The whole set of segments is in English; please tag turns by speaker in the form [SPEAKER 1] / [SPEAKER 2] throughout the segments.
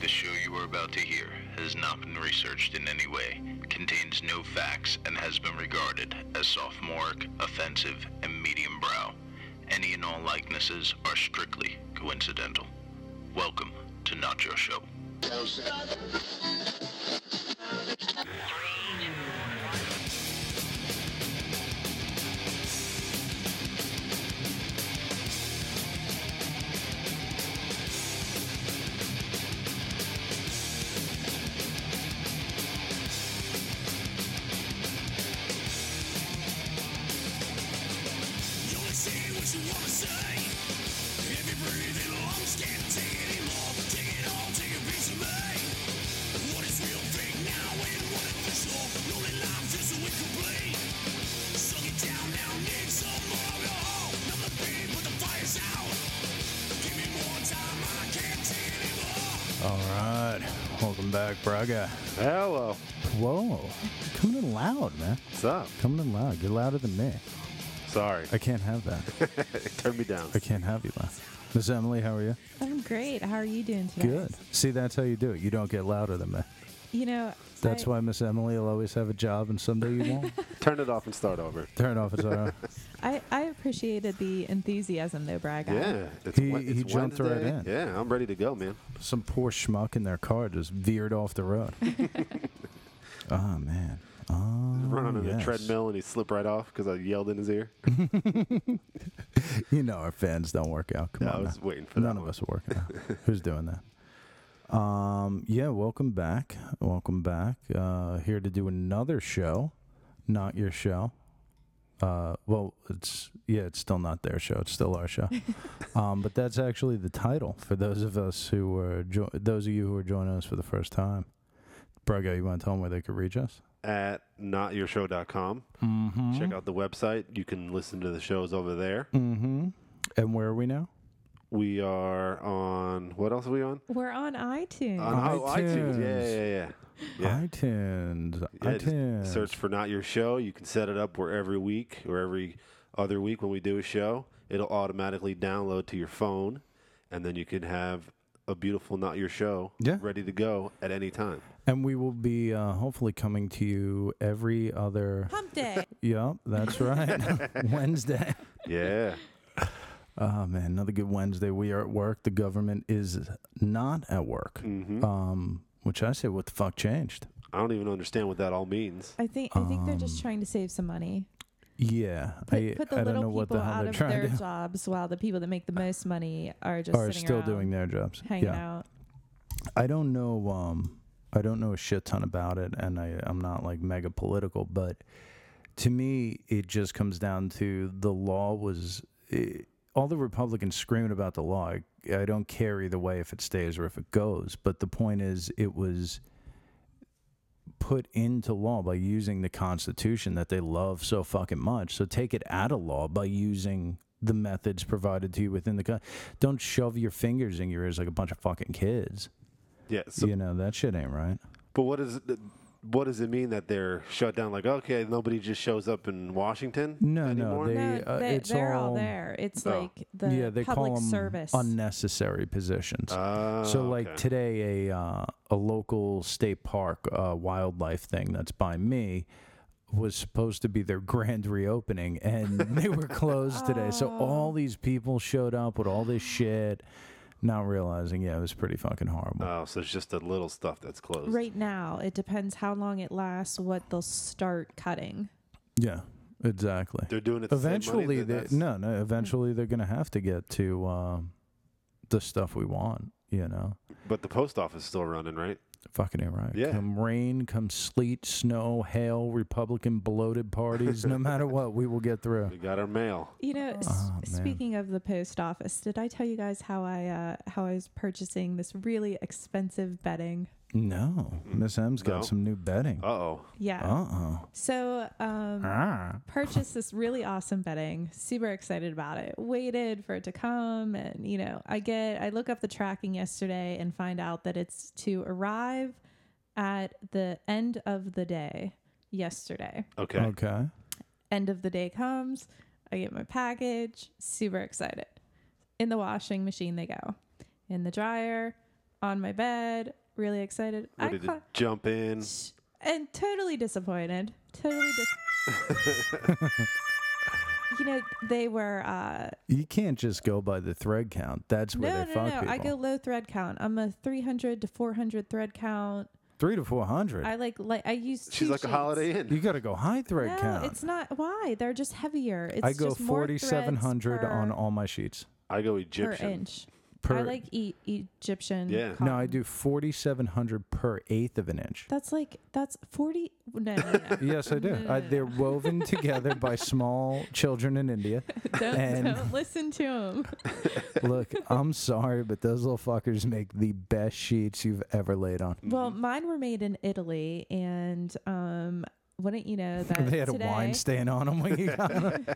[SPEAKER 1] This show you are about to hear has not been researched in any way, contains no facts, and has been regarded as sophomoric, offensive, and medium brow. Any and all likenesses are strictly coincidental. Welcome to Not Your Show.
[SPEAKER 2] You only say what you wanna say. If you breathe in lungs, can't take it anymore. Take it all, take a piece of me. What is real, fake now, and what official? Lonely lives is so incomplete. Suck it down now, need some more alcohol. Numb the pain, but the fire's out. Give me more time, I can't take it anymore.
[SPEAKER 3] All right, welcome back, Braga.
[SPEAKER 4] Hello.
[SPEAKER 3] Whoa, coming in loud, man.
[SPEAKER 4] What's up?
[SPEAKER 3] Coming in loud. You're louder than me.
[SPEAKER 4] Sorry.
[SPEAKER 3] I can't have that.
[SPEAKER 4] Turn me down.
[SPEAKER 3] I can't have you loud. Miss Emily, how are you?
[SPEAKER 5] I'm great. How are you doing today?
[SPEAKER 3] Good. See, that's how you do it. You don't get louder than me.
[SPEAKER 5] You know,
[SPEAKER 3] That's
[SPEAKER 5] I,
[SPEAKER 3] why Miss Emily will always have a job, and someday you won't.
[SPEAKER 4] Turn it off and start over.
[SPEAKER 3] Turn off uh, his arm.
[SPEAKER 5] I, I appreciated the enthusiasm though, Braga.
[SPEAKER 4] Yeah. It's,
[SPEAKER 3] He-
[SPEAKER 4] Wed-
[SPEAKER 3] he
[SPEAKER 4] it's
[SPEAKER 3] jumped right
[SPEAKER 4] Wednesday.
[SPEAKER 3] in.
[SPEAKER 4] Yeah, I'm ready to go, man.
[SPEAKER 3] Some poor schmuck in their car just veered off the road. oh man. Oh,
[SPEAKER 4] Running on
[SPEAKER 3] yes.
[SPEAKER 4] a treadmill and he slipped right off because I yelled in his ear.
[SPEAKER 3] You know our fans don't work out. Come
[SPEAKER 4] Yeah, I
[SPEAKER 3] on,
[SPEAKER 4] was
[SPEAKER 3] now.
[SPEAKER 4] waiting for that
[SPEAKER 3] None of
[SPEAKER 4] one.
[SPEAKER 3] us are working out. Who's doing that? Um, yeah, welcome back. Welcome back. Uh, here to do another show, not your show. Uh, well, it's yeah, it's still not their show. It's still our show. um, but that's actually the title for those of us who are jo- those of you who are joining us for the first time. Braga, you want to tell them where they could reach us?
[SPEAKER 4] At notyourshow.com. Mm-hmm. Check out the website. You can listen to the shows over there.
[SPEAKER 3] Mm-hmm. And where are we now?
[SPEAKER 4] We are on, what else are we on?
[SPEAKER 5] We're on iTunes.
[SPEAKER 4] On oh, iTunes.
[SPEAKER 3] iTunes.
[SPEAKER 4] Yeah, yeah, yeah. Yeah.
[SPEAKER 3] iTunes.
[SPEAKER 4] Yeah, just
[SPEAKER 3] iTunes.
[SPEAKER 4] Search for Not Your Show. You can set it up where every week or every other week when we do a show, it'll automatically download to your phone, and then you can have a beautiful Not Your Show
[SPEAKER 3] Yeah.
[SPEAKER 4] ready to go at any time.
[SPEAKER 3] And we will be uh, hopefully coming to you every other.
[SPEAKER 5] Hump day.
[SPEAKER 3] Yeah, that's right. Wednesday.
[SPEAKER 4] Yeah.
[SPEAKER 3] Oh, man, another good Wednesday. We are at work. The government is not at work.
[SPEAKER 5] Mm-hmm.
[SPEAKER 3] Um, which I say, what the fuck changed?
[SPEAKER 4] I don't even understand what that all means.
[SPEAKER 5] I think I think they're just trying to save some money.
[SPEAKER 3] Yeah,
[SPEAKER 5] Put,
[SPEAKER 3] Um, I,
[SPEAKER 5] put the
[SPEAKER 3] I
[SPEAKER 5] little
[SPEAKER 3] don't know
[SPEAKER 5] people
[SPEAKER 3] what the hell
[SPEAKER 5] out
[SPEAKER 3] they're
[SPEAKER 5] of
[SPEAKER 3] trying
[SPEAKER 5] their
[SPEAKER 3] to do.
[SPEAKER 5] jobs while the people that make the most money are just
[SPEAKER 3] Are
[SPEAKER 5] sitting
[SPEAKER 3] still
[SPEAKER 5] around
[SPEAKER 3] doing their jobs.
[SPEAKER 5] hanging
[SPEAKER 3] yeah.
[SPEAKER 5] out.
[SPEAKER 3] I don't know. Um, I don't know a shit ton about it, and I, I'm not like mega political, but to me, it just comes down to the law was it, all the Republicans screaming about the law. I, I don't care either way if it stays or if it goes, but the point is, it was put into law by using the Constitution that they love so fucking much. So take it out of law by using the methods provided to you within the con- don't shove your fingers in your ears like a bunch of fucking kids
[SPEAKER 4] Yeah. So,
[SPEAKER 3] you know that shit ain't right.
[SPEAKER 4] but what is it? What does it mean that they're shut down? Like, okay, nobody just shows up in Washington
[SPEAKER 3] No, no,
[SPEAKER 4] anymore?
[SPEAKER 3] they-
[SPEAKER 5] No,
[SPEAKER 3] uh,
[SPEAKER 5] they,
[SPEAKER 3] it's
[SPEAKER 5] they're all,
[SPEAKER 3] all-
[SPEAKER 5] there. It's
[SPEAKER 4] Oh.
[SPEAKER 5] like the
[SPEAKER 3] yeah, they
[SPEAKER 5] public
[SPEAKER 3] call them
[SPEAKER 5] service.
[SPEAKER 3] unnecessary positions.
[SPEAKER 4] Oh,
[SPEAKER 3] so, like
[SPEAKER 4] okay.
[SPEAKER 3] today, a uh, a local state park uh, wildlife thing that's by me was supposed to be their grand reopening, and they were closed today. So
[SPEAKER 5] Oh.
[SPEAKER 3] all these people showed up with all this shit, not realizing, yeah, it was pretty fucking horrible.
[SPEAKER 4] Oh, so it's just the little stuff that's closed.
[SPEAKER 5] right now, it depends how long it lasts, what they'll start cutting.
[SPEAKER 3] yeah, exactly.
[SPEAKER 4] They're doing it. to save money,
[SPEAKER 3] eventually
[SPEAKER 4] then
[SPEAKER 3] they,
[SPEAKER 4] that's-
[SPEAKER 3] no no
[SPEAKER 5] Mm.
[SPEAKER 3] eventually they're gonna have to get to um, the stuff we want you know
[SPEAKER 4] But the post office is still running, right?
[SPEAKER 3] fucking ain't right
[SPEAKER 4] Yeah.
[SPEAKER 3] come rain come sleet snow hail republican bloated parties no matter what we will get through
[SPEAKER 4] We got our mail.
[SPEAKER 5] You know, s-
[SPEAKER 3] Oh, man.
[SPEAKER 5] speaking of the post office, did I tell you guys how I uh, how I was purchasing this really expensive bedding?
[SPEAKER 3] Mm-hmm. no miss m's got
[SPEAKER 4] No.
[SPEAKER 3] some new bedding Uh-uh.
[SPEAKER 4] Uh oh.
[SPEAKER 5] Yeah.
[SPEAKER 3] uh-oh
[SPEAKER 5] So, um,
[SPEAKER 3] ah.
[SPEAKER 5] purchased this really awesome bedding. Super excited about it. Waited for it to come, and you know, I get I look up the tracking yesterday and find out that it's to arrive at the end of the day yesterday.
[SPEAKER 4] Okay.
[SPEAKER 3] okay
[SPEAKER 5] end of the day comes. I get my package, super excited. In the washing machine, they go. In the dryer, on my bed, really excited.
[SPEAKER 4] Ready
[SPEAKER 5] I
[SPEAKER 4] to
[SPEAKER 5] caught,
[SPEAKER 4] jump in.
[SPEAKER 5] and totally disappointed. Totally dis. you know they were. Uh,
[SPEAKER 3] You can't just go by the thread count. That's where
[SPEAKER 5] no,
[SPEAKER 3] they
[SPEAKER 5] no,
[SPEAKER 3] fuck
[SPEAKER 5] no.
[SPEAKER 3] people.
[SPEAKER 5] I go low thread count. I'm a 300 to 400 thread count.
[SPEAKER 3] Three to four hundred.
[SPEAKER 5] I like like I use.
[SPEAKER 4] She's
[SPEAKER 5] two
[SPEAKER 4] like a
[SPEAKER 5] sheets.
[SPEAKER 4] Holiday Inn.
[SPEAKER 3] You got to go high thread
[SPEAKER 5] No,
[SPEAKER 3] count.
[SPEAKER 5] it's not. Why? They're just heavier. It's
[SPEAKER 3] I go
[SPEAKER 5] just more
[SPEAKER 3] forty
[SPEAKER 5] threads
[SPEAKER 3] seven hundred
[SPEAKER 5] per-
[SPEAKER 3] on all my sheets.
[SPEAKER 4] I go
[SPEAKER 5] per
[SPEAKER 4] Egyptian.
[SPEAKER 5] inch. I
[SPEAKER 3] Per-
[SPEAKER 5] like e- Egyptian.
[SPEAKER 4] Yeah.
[SPEAKER 3] No, I
[SPEAKER 5] cotton.
[SPEAKER 3] do forty seven hundred per eighth of an inch.
[SPEAKER 5] That's like that's 40. No, no, no.
[SPEAKER 3] Yes, I do.
[SPEAKER 5] No, no,
[SPEAKER 3] I,
[SPEAKER 5] no,
[SPEAKER 3] they're woven together by small children in India.
[SPEAKER 5] don't,
[SPEAKER 3] And-
[SPEAKER 5] don't listen to him.
[SPEAKER 3] Look, I'm sorry, but those little fuckers make the best sheets you've ever laid on.
[SPEAKER 5] Well, mine were made in Italy, and um, wouldn't you know that
[SPEAKER 3] They had
[SPEAKER 5] today,
[SPEAKER 3] a wine stain on them when you got 'em.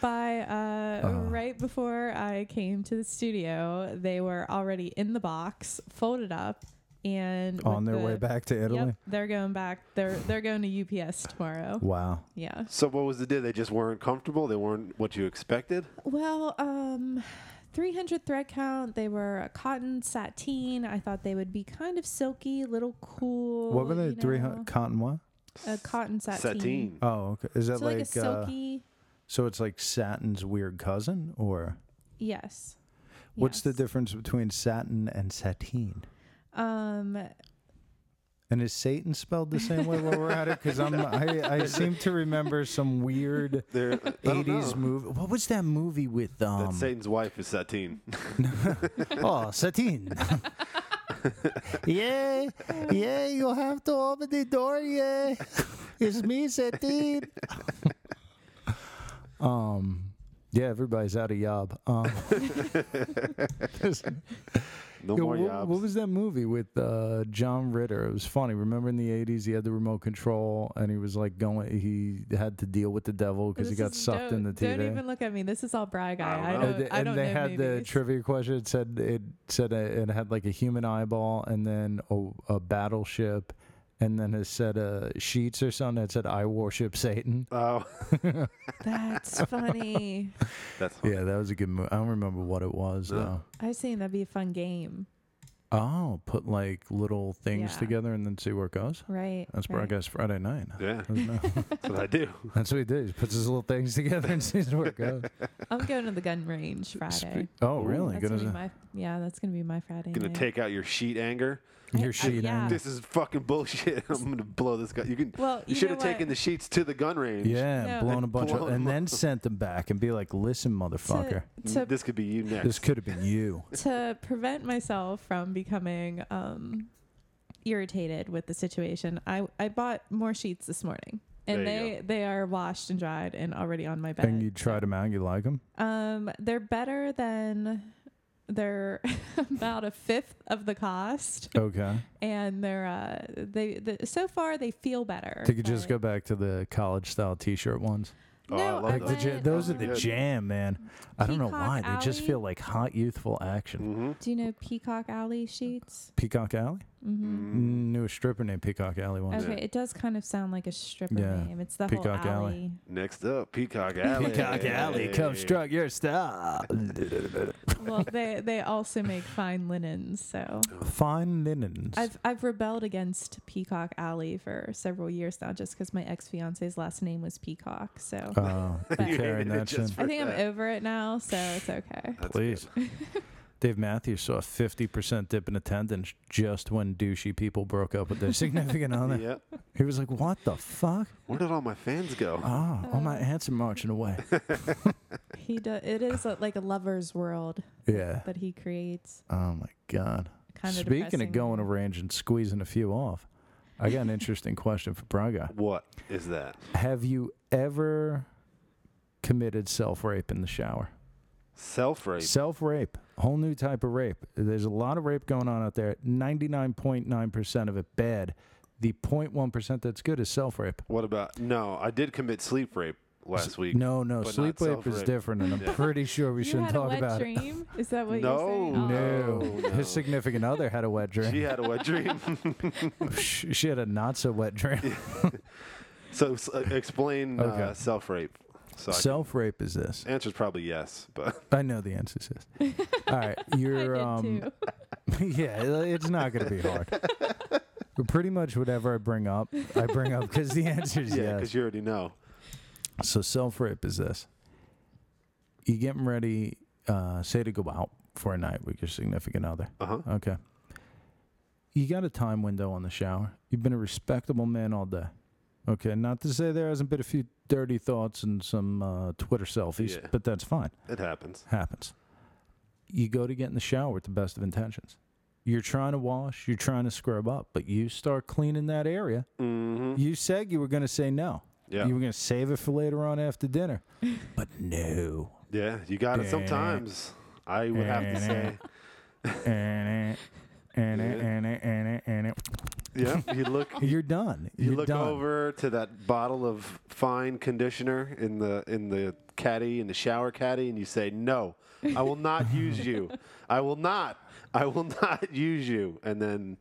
[SPEAKER 5] by uh, right before I came to the studio, they were already in the box, folded up, and with
[SPEAKER 3] on their way
[SPEAKER 5] the-
[SPEAKER 3] back to Italy.
[SPEAKER 5] Yep, they're going back. They're they're going to UPS tomorrow.
[SPEAKER 3] Wow.
[SPEAKER 5] Yeah.
[SPEAKER 4] So what was the deal? They just weren't comfortable. They weren't what you expected.
[SPEAKER 5] Well, um, 300 thread count. They were a cotton sateen. I thought they would be kind of silky, little cool.
[SPEAKER 3] What were the
[SPEAKER 5] you
[SPEAKER 3] three
[SPEAKER 5] know,
[SPEAKER 3] hundred cotton what?
[SPEAKER 5] A cotton sateen.
[SPEAKER 4] Sateen.
[SPEAKER 3] Oh, okay. Is that
[SPEAKER 5] So like,
[SPEAKER 3] like,
[SPEAKER 5] a silky.
[SPEAKER 3] uh, so it's like satin's weird cousin, or
[SPEAKER 5] yes.
[SPEAKER 3] what's the
[SPEAKER 5] Yes.
[SPEAKER 3] difference between satin and sateen?
[SPEAKER 5] Um,
[SPEAKER 3] And is Satan spelled the same way while we're at it? Because I'm I, I seem to remember some weird
[SPEAKER 4] They're
[SPEAKER 3] '80s movie. What was that movie with um?
[SPEAKER 4] That Satan's wife is Satine.
[SPEAKER 3] Oh, satin. yeah, yeah, you have to open the door, yeah. It's me, satin. um, yeah, everybody's out of yob. Um,
[SPEAKER 4] No
[SPEAKER 3] yo,
[SPEAKER 4] more
[SPEAKER 3] what, what
[SPEAKER 4] yobs.
[SPEAKER 3] was that movie with uh, John Ritter? It was funny. Remember in the 80s, he had the remote control and he was like going, he had to deal with the devil because he
[SPEAKER 5] this
[SPEAKER 3] got
[SPEAKER 5] is-
[SPEAKER 3] sucked
[SPEAKER 5] don't,
[SPEAKER 3] in the TV.
[SPEAKER 5] Don't even look at me. This is all brag eye. I
[SPEAKER 4] don't
[SPEAKER 3] Uh,
[SPEAKER 5] don't.
[SPEAKER 3] th-
[SPEAKER 5] I
[SPEAKER 3] and
[SPEAKER 5] don't
[SPEAKER 3] they
[SPEAKER 5] know
[SPEAKER 3] had the
[SPEAKER 5] movies.
[SPEAKER 3] trivia question. It said it said uh it had like a human eyeball and then a, a battleship, and then it said uh, sheets or something that said "I worship Satan."
[SPEAKER 4] Oh,
[SPEAKER 5] That's funny.
[SPEAKER 4] that's funny.
[SPEAKER 3] Yeah, that was a good movie. I don't remember what it was though.
[SPEAKER 5] I seen that'd be a fun game,
[SPEAKER 3] Oh, put like little things
[SPEAKER 5] Yeah.
[SPEAKER 3] together and then see where it goes.
[SPEAKER 5] right?
[SPEAKER 3] That's
[SPEAKER 5] right.
[SPEAKER 3] broadcast Friday night.
[SPEAKER 4] Yeah,
[SPEAKER 3] I don't know.
[SPEAKER 4] that's what I do.
[SPEAKER 3] That's what he does. He puts his little things together and sees where it goes.
[SPEAKER 5] I'm going to the gun range Friday.
[SPEAKER 3] Oh,
[SPEAKER 4] Ooh.
[SPEAKER 3] really?
[SPEAKER 5] That's
[SPEAKER 3] Good
[SPEAKER 5] gonna
[SPEAKER 3] as
[SPEAKER 5] be
[SPEAKER 3] a-
[SPEAKER 5] my yeah. That's gonna be my Friday.
[SPEAKER 4] Gonna
[SPEAKER 5] night.
[SPEAKER 4] take out your sheet anger.
[SPEAKER 3] your sheet.
[SPEAKER 5] yeah.
[SPEAKER 3] angle.
[SPEAKER 4] This is fucking bullshit. I'm gonna blow this guy. You can.
[SPEAKER 5] Well,
[SPEAKER 4] you
[SPEAKER 5] you
[SPEAKER 4] should
[SPEAKER 5] know
[SPEAKER 4] have taken
[SPEAKER 5] what?
[SPEAKER 4] the sheets to the gun range.
[SPEAKER 3] Yeah,
[SPEAKER 5] No.
[SPEAKER 3] blown a bunch of,
[SPEAKER 4] Blown
[SPEAKER 3] and
[SPEAKER 4] them
[SPEAKER 3] then sent them back and be like, "Listen, motherfucker."
[SPEAKER 5] to, to,
[SPEAKER 4] This could be you next.
[SPEAKER 3] This could have been you.
[SPEAKER 5] to prevent myself from becoming um, irritated with the situation. I I bought more sheets this morning, and
[SPEAKER 4] There you
[SPEAKER 5] they they are washed and dried and already on my bed.
[SPEAKER 3] And you tried them out. You like them?
[SPEAKER 5] Um, they're better than they're about a fifth of the cost,
[SPEAKER 3] Okay.
[SPEAKER 5] and they're uh, they the, so far they feel better.
[SPEAKER 3] They could just
[SPEAKER 5] but-
[SPEAKER 3] go back to the college style T-shirt ones.
[SPEAKER 4] Oh, I
[SPEAKER 5] No,
[SPEAKER 4] love
[SPEAKER 5] I
[SPEAKER 3] Like the
[SPEAKER 5] went
[SPEAKER 3] ja- those are
[SPEAKER 5] on-
[SPEAKER 3] the
[SPEAKER 4] Good.
[SPEAKER 3] jam, man. I don't know
[SPEAKER 5] Peacock
[SPEAKER 3] why they just
[SPEAKER 5] Alley.
[SPEAKER 3] feel like hot youthful action.
[SPEAKER 4] Mm. Mm-hmm.
[SPEAKER 5] Do you know Peacock Alley sheets?
[SPEAKER 3] Peacock Alley. Mm-hmm.
[SPEAKER 5] Mm.
[SPEAKER 4] Mm.
[SPEAKER 3] Knew a stripper named Peacock Alley once.
[SPEAKER 5] Okay, it does kind of sound like a stripper
[SPEAKER 3] Yeah.
[SPEAKER 5] name. It's the
[SPEAKER 3] Peacock
[SPEAKER 5] whole
[SPEAKER 3] Alley.
[SPEAKER 5] alley.
[SPEAKER 4] Next up, Peacock Alley.
[SPEAKER 3] your style.
[SPEAKER 5] well, they they also make fine linens, so
[SPEAKER 3] Fine linens.
[SPEAKER 5] I've I've rebelled against Peacock Alley for several years now, just because my ex fiance's last name was Peacock. So
[SPEAKER 3] Oh,
[SPEAKER 5] You
[SPEAKER 3] you carrying
[SPEAKER 4] hated it
[SPEAKER 3] that shit.
[SPEAKER 4] just for-
[SPEAKER 5] I think
[SPEAKER 4] that.
[SPEAKER 5] I'm over it now, so it's okay.
[SPEAKER 4] That's
[SPEAKER 3] Please. Dave Matthews saw a 50% dip in attendance just when douchey people broke up with their significant other.
[SPEAKER 4] good. Yep.
[SPEAKER 3] He was like, what the fuck?
[SPEAKER 4] Where did all my fans go?
[SPEAKER 3] Ah, all my aunts are marching away.
[SPEAKER 5] He do, it is a, like a lover's world
[SPEAKER 3] yeah.
[SPEAKER 5] that he creates.
[SPEAKER 3] Oh my god.
[SPEAKER 5] Kinda
[SPEAKER 3] Speaking
[SPEAKER 5] depressing.
[SPEAKER 3] of going around and squeezing a few off, I got an interesting question for Braga.
[SPEAKER 4] What is that?
[SPEAKER 3] Have you ever committed self rape in the shower?
[SPEAKER 4] Self rape.
[SPEAKER 3] Self rape, whole new type of rape. There's a lot of rape going on out there. Ninety nine point nine percent of it bad. The 0.1 percent that's good is self rape.
[SPEAKER 4] What about? No, I did commit sleep rape last week.
[SPEAKER 3] No, no,
[SPEAKER 4] but not
[SPEAKER 3] sleep rape is
[SPEAKER 4] self-rape.
[SPEAKER 3] different, and I'm pretty sure we
[SPEAKER 5] you
[SPEAKER 3] shouldn't
[SPEAKER 5] had a
[SPEAKER 3] talk
[SPEAKER 5] wet
[SPEAKER 3] about
[SPEAKER 5] dream? Is that what
[SPEAKER 4] No.
[SPEAKER 5] you're saying?
[SPEAKER 3] it.
[SPEAKER 5] Oh.
[SPEAKER 3] No,
[SPEAKER 4] Oh, no.
[SPEAKER 3] his significant other had a wet dream.
[SPEAKER 4] She had a wet dream.
[SPEAKER 3] Sh- She had a not so wet dream.
[SPEAKER 4] so s- uh, explain uh,
[SPEAKER 3] Okay.
[SPEAKER 4] self rape. So, so
[SPEAKER 3] Self rape is this.
[SPEAKER 4] answer's probably yes, but
[SPEAKER 3] I know the answer is this. All right,
[SPEAKER 5] I did
[SPEAKER 3] you're um,
[SPEAKER 5] too.
[SPEAKER 3] yeah, it- it's not going to be hard. But Pretty much whatever I bring up, I bring up because the answer is
[SPEAKER 4] Yeah,
[SPEAKER 3] yes.
[SPEAKER 4] because you already know.
[SPEAKER 3] So self rape is this: you getting ready, uh, say to go out for a night with your significant other.
[SPEAKER 4] Uh huh.
[SPEAKER 3] Okay. You got a time window on the shower. You've been a respectable man all day. Okay, not to say there hasn't been a few dirty thoughts and some uh, Twitter selfies,
[SPEAKER 4] Yeah.
[SPEAKER 3] but that's fine.
[SPEAKER 4] It happens.
[SPEAKER 3] Happens. You go to get in the shower with the best of intentions. You're trying to wash, you're trying to scrub up, but you start cleaning that area.
[SPEAKER 4] Mm-hmm.
[SPEAKER 3] You said you were going to say no.
[SPEAKER 4] Yeah.
[SPEAKER 3] You were going to save it for later on after dinner. but no.
[SPEAKER 4] Yeah, you got it. Sometimes I would have to say,
[SPEAKER 3] And it, and it, and
[SPEAKER 4] Yeah.
[SPEAKER 3] it, and it, and it.
[SPEAKER 4] yeah. You look, you,
[SPEAKER 3] You're done. You're
[SPEAKER 4] look
[SPEAKER 3] done.
[SPEAKER 4] over to that bottle of fine conditioner in the in the caddy in the shower caddy, and you say, "No, I will not use you. I will not. I will not use you." And then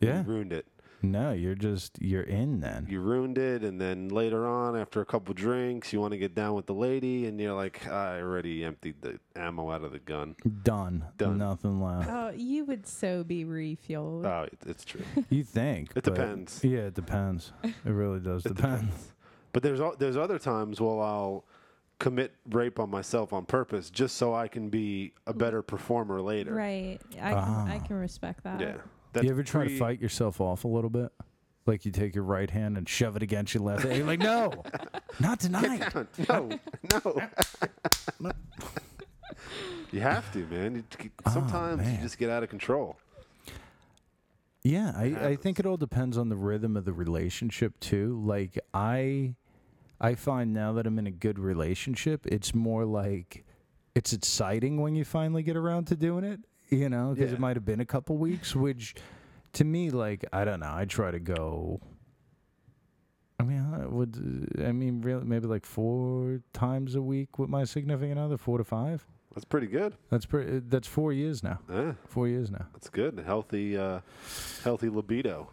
[SPEAKER 3] Yeah.
[SPEAKER 4] you ruined it.
[SPEAKER 3] No, you're just you're in then.
[SPEAKER 4] You ruined it, and then later on, after a couple drinks, you want to get down with the lady, and you're like, "I already emptied the ammo out of the gun."
[SPEAKER 3] Done.
[SPEAKER 4] Done.
[SPEAKER 3] Nothing left.
[SPEAKER 5] Oh, you would so be refueled.
[SPEAKER 4] Oh, it, it's true.
[SPEAKER 3] You think.
[SPEAKER 4] It
[SPEAKER 3] but-
[SPEAKER 4] depends.
[SPEAKER 3] Yeah, it depends. It really does depend.
[SPEAKER 4] But there's al- there's other times where I'll commit rape on myself on purpose just so I can be a
[SPEAKER 3] Hmm.
[SPEAKER 4] better performer later.
[SPEAKER 5] Right. I,
[SPEAKER 3] Ah.
[SPEAKER 5] can, I can respect that.
[SPEAKER 4] Yeah.
[SPEAKER 3] You ever try to
[SPEAKER 4] pre-
[SPEAKER 3] fight yourself off a little bit? Like you take your right hand and shove it against your left hand. You're like, no, not tonight.
[SPEAKER 4] No, no. you have to, man. You t- Sometimes you
[SPEAKER 3] Oh, man.
[SPEAKER 4] just get out of control.
[SPEAKER 3] Yeah, I, I think it all depends on the rhythm of the relationship too. Like I I find now that I'm in a good relationship, it's more like it's exciting when you finally get around to doing it, you know, because
[SPEAKER 4] Yeah.
[SPEAKER 3] it might have been a couple weeks, which to me like I don't know, I try to go I mean, I would I mean really maybe like four times a week with my significant other, four to five.
[SPEAKER 4] That's pretty good.
[SPEAKER 3] That's pretty that's 4 years now.
[SPEAKER 4] Yeah,
[SPEAKER 3] 4 years now.
[SPEAKER 4] that's good. Healthy, uh, healthy libido.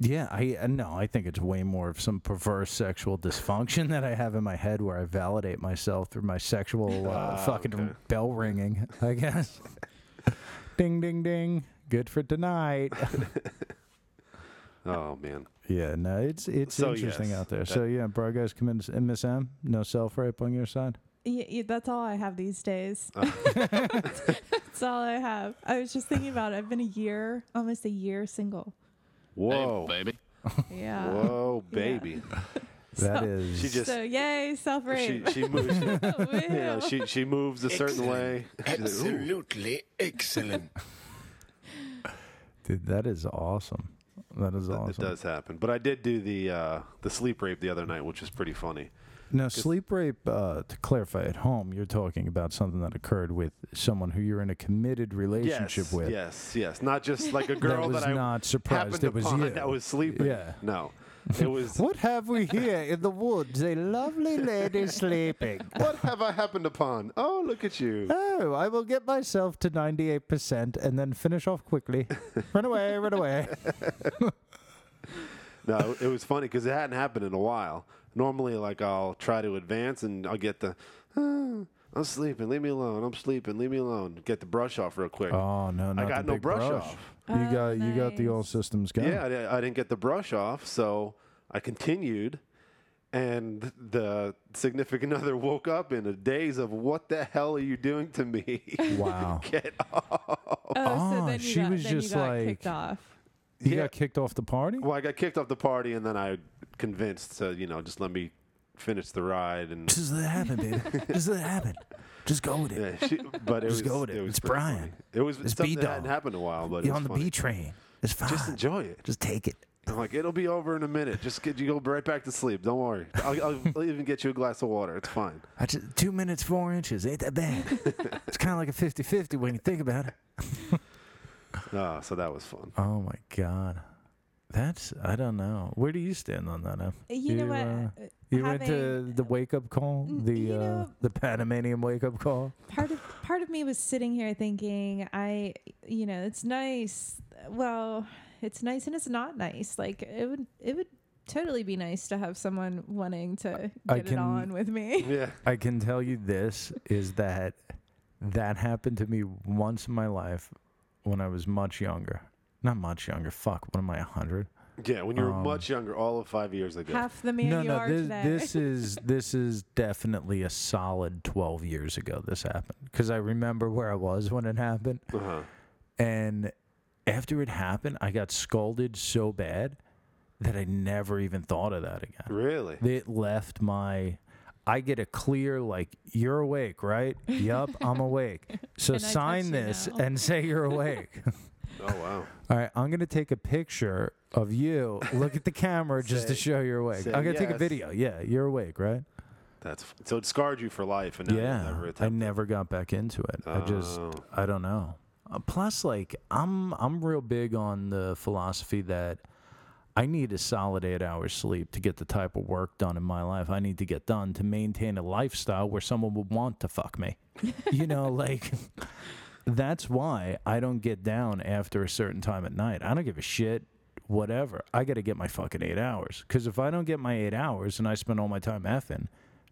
[SPEAKER 3] Yeah, I uh, no, I think it's way more of some perverse sexual dysfunction that I have in my head where I validate myself through my sexual uh, fucking
[SPEAKER 4] Ah, okay.
[SPEAKER 3] bell ringing. I guess. ding, ding, ding. Good for tonight.
[SPEAKER 4] Oh man,
[SPEAKER 3] yeah, no, it's it's
[SPEAKER 4] So,
[SPEAKER 3] interesting
[SPEAKER 4] yes,
[SPEAKER 3] out there. so
[SPEAKER 4] that-
[SPEAKER 3] yeah, bro, guys, come in, and Miss M. No self rape on your side.
[SPEAKER 5] Y- y- that's all I have these days.
[SPEAKER 4] Oh.
[SPEAKER 5] that's all I have. I was just thinking about it. I've been a year, almost a year single.
[SPEAKER 4] whoa,
[SPEAKER 6] baby.
[SPEAKER 5] Yeah.
[SPEAKER 4] whoa, baby.
[SPEAKER 3] That is.
[SPEAKER 4] She just
[SPEAKER 5] So yay, self
[SPEAKER 4] she
[SPEAKER 5] rape.
[SPEAKER 4] she moves. you know,
[SPEAKER 5] Woo.
[SPEAKER 4] she she moves a certain way. She's like, "Ooh."
[SPEAKER 2] Absolutely excellent.
[SPEAKER 3] dude, that is awesome. That is awesome.
[SPEAKER 4] It does happen. But I did do the uh, the sleep rape the other night, which was pretty funny.
[SPEAKER 3] Now, sleep rape, uh, to clarify, at home, you're talking about something that occurred with someone who you're in a committed relationship
[SPEAKER 4] yes,
[SPEAKER 3] with.
[SPEAKER 4] yes, yes. Not just like a girl that,
[SPEAKER 3] was
[SPEAKER 4] I
[SPEAKER 3] not surprised
[SPEAKER 4] happened
[SPEAKER 3] it was
[SPEAKER 4] upon
[SPEAKER 3] you.
[SPEAKER 4] that was sleeping.
[SPEAKER 3] Yeah.
[SPEAKER 4] No, it was.
[SPEAKER 3] What have we here in the woods? A lovely lady sleeping.
[SPEAKER 4] what have I happened upon? Oh, look at you.
[SPEAKER 3] Oh, I will get myself to 98% and then finish off quickly. Run away, run away.
[SPEAKER 4] No, it was funny because it hadn't happened in a while. Normally, like I'll try to advance and I'll get the. "Ah, I'm sleeping. Leave me alone. I'm sleeping. Leave me alone. Get the brush off real quick.
[SPEAKER 3] Oh, no, not
[SPEAKER 4] I got
[SPEAKER 3] the
[SPEAKER 4] no
[SPEAKER 3] big
[SPEAKER 4] brush,
[SPEAKER 3] brush.
[SPEAKER 4] off.
[SPEAKER 3] You got you got the
[SPEAKER 5] nice.
[SPEAKER 3] old systems going.
[SPEAKER 4] Yeah, I, di- I didn't get the brush off, so I continued, and the significant other woke up in a daze of "What the hell are you doing to me?"
[SPEAKER 3] Wow.
[SPEAKER 4] Get off!
[SPEAKER 5] oh,
[SPEAKER 3] Ah,
[SPEAKER 5] so then you
[SPEAKER 3] she
[SPEAKER 5] got,
[SPEAKER 3] was
[SPEAKER 5] then
[SPEAKER 3] just
[SPEAKER 5] you got
[SPEAKER 3] like-
[SPEAKER 5] kicked off.
[SPEAKER 3] You
[SPEAKER 4] Yeah.
[SPEAKER 3] got kicked off the party?
[SPEAKER 4] Well, I got kicked off the party, and then I convinced to you know just let me finish the ride, and
[SPEAKER 3] Just let it happen, baby. Just let it happen. Just go with it.
[SPEAKER 4] yeah, she, but it
[SPEAKER 3] Just
[SPEAKER 4] was
[SPEAKER 3] go with it.
[SPEAKER 4] was
[SPEAKER 3] It's
[SPEAKER 4] pretty
[SPEAKER 3] Brian.
[SPEAKER 4] funny. It was
[SPEAKER 3] It's
[SPEAKER 4] something that
[SPEAKER 3] B-Dog.
[SPEAKER 4] hadn't happened in a while, but it
[SPEAKER 3] You're
[SPEAKER 4] was
[SPEAKER 3] on the
[SPEAKER 4] funny.
[SPEAKER 3] B train. It's fine.
[SPEAKER 4] Just enjoy it.
[SPEAKER 3] Just take it.
[SPEAKER 4] I'm like, it'll be over in a minute. Just get you go right back to sleep. Don't worry. I'll, I'll, I'll even get you a glass of water. It's fine.
[SPEAKER 3] I just, two minutes, four inches. Ain't that bad. it's kind of like a 50 50 when you think about it.
[SPEAKER 4] Uh, so that was fun.
[SPEAKER 3] Oh, my God. That's, I don't know. Where do you stand on that, Em?
[SPEAKER 5] You know what?
[SPEAKER 3] uh,
[SPEAKER 5] Uh,
[SPEAKER 3] you went to
[SPEAKER 5] having-
[SPEAKER 3] the wake up call,
[SPEAKER 5] N-
[SPEAKER 3] the
[SPEAKER 5] you
[SPEAKER 3] uh,
[SPEAKER 5] know-
[SPEAKER 3] the Panamanian wake up call.
[SPEAKER 5] part of part of me was sitting here thinking i you know it's nice well it's nice and it's not nice like it would it would totally be nice to have someone wanting to
[SPEAKER 3] I
[SPEAKER 5] get
[SPEAKER 3] can-
[SPEAKER 5] it on with me
[SPEAKER 4] Yeah.
[SPEAKER 3] I can tell you this is that that happened to me once in my life when I was much younger. Not much younger. Fuck. What am I? hundred?
[SPEAKER 4] Yeah, when you
[SPEAKER 3] Um,
[SPEAKER 4] were much younger, all of five years ago.
[SPEAKER 5] Half the man
[SPEAKER 3] No,
[SPEAKER 5] you
[SPEAKER 3] no.
[SPEAKER 5] are
[SPEAKER 3] This,
[SPEAKER 5] today.
[SPEAKER 3] this is this is definitely a solid twelve years ago. This happened because I remember where I was when it happened,
[SPEAKER 4] Uh-huh.
[SPEAKER 3] and after it happened, I got scolded so bad that I never even thought of that again.
[SPEAKER 4] Really?
[SPEAKER 3] It left my. I get a clear like you're awake, right? Yup, I'm awake. So
[SPEAKER 5] I touch
[SPEAKER 3] sign
[SPEAKER 5] you
[SPEAKER 3] this
[SPEAKER 5] now?
[SPEAKER 3] and say you're awake.
[SPEAKER 4] Oh wow.
[SPEAKER 3] All right, I'm gonna take a picture of you. Look at the camera just to
[SPEAKER 4] Say-
[SPEAKER 3] show you're awake.
[SPEAKER 4] say
[SPEAKER 3] I'm gonna take a
[SPEAKER 4] yes.
[SPEAKER 3] video. Yeah, you're awake, right?
[SPEAKER 4] That's f- so it scarred you for life, and now yeah,
[SPEAKER 3] yeah,
[SPEAKER 4] never
[SPEAKER 3] I
[SPEAKER 4] attempt.
[SPEAKER 3] never got back into it. I just,
[SPEAKER 4] Oh.
[SPEAKER 3] I don't know. Uh, plus, like, I'm I'm real big on the philosophy that I need a solid eight hours sleep to get the type of work done in my life I need to get done to maintain a lifestyle where someone would want to fuck me. you know, like. That's why I don't get down after a certain time at night. I don't give a shit, whatever. I got to get my fucking eight hours. Because if I don't get my eight hours and I spend all my time effing,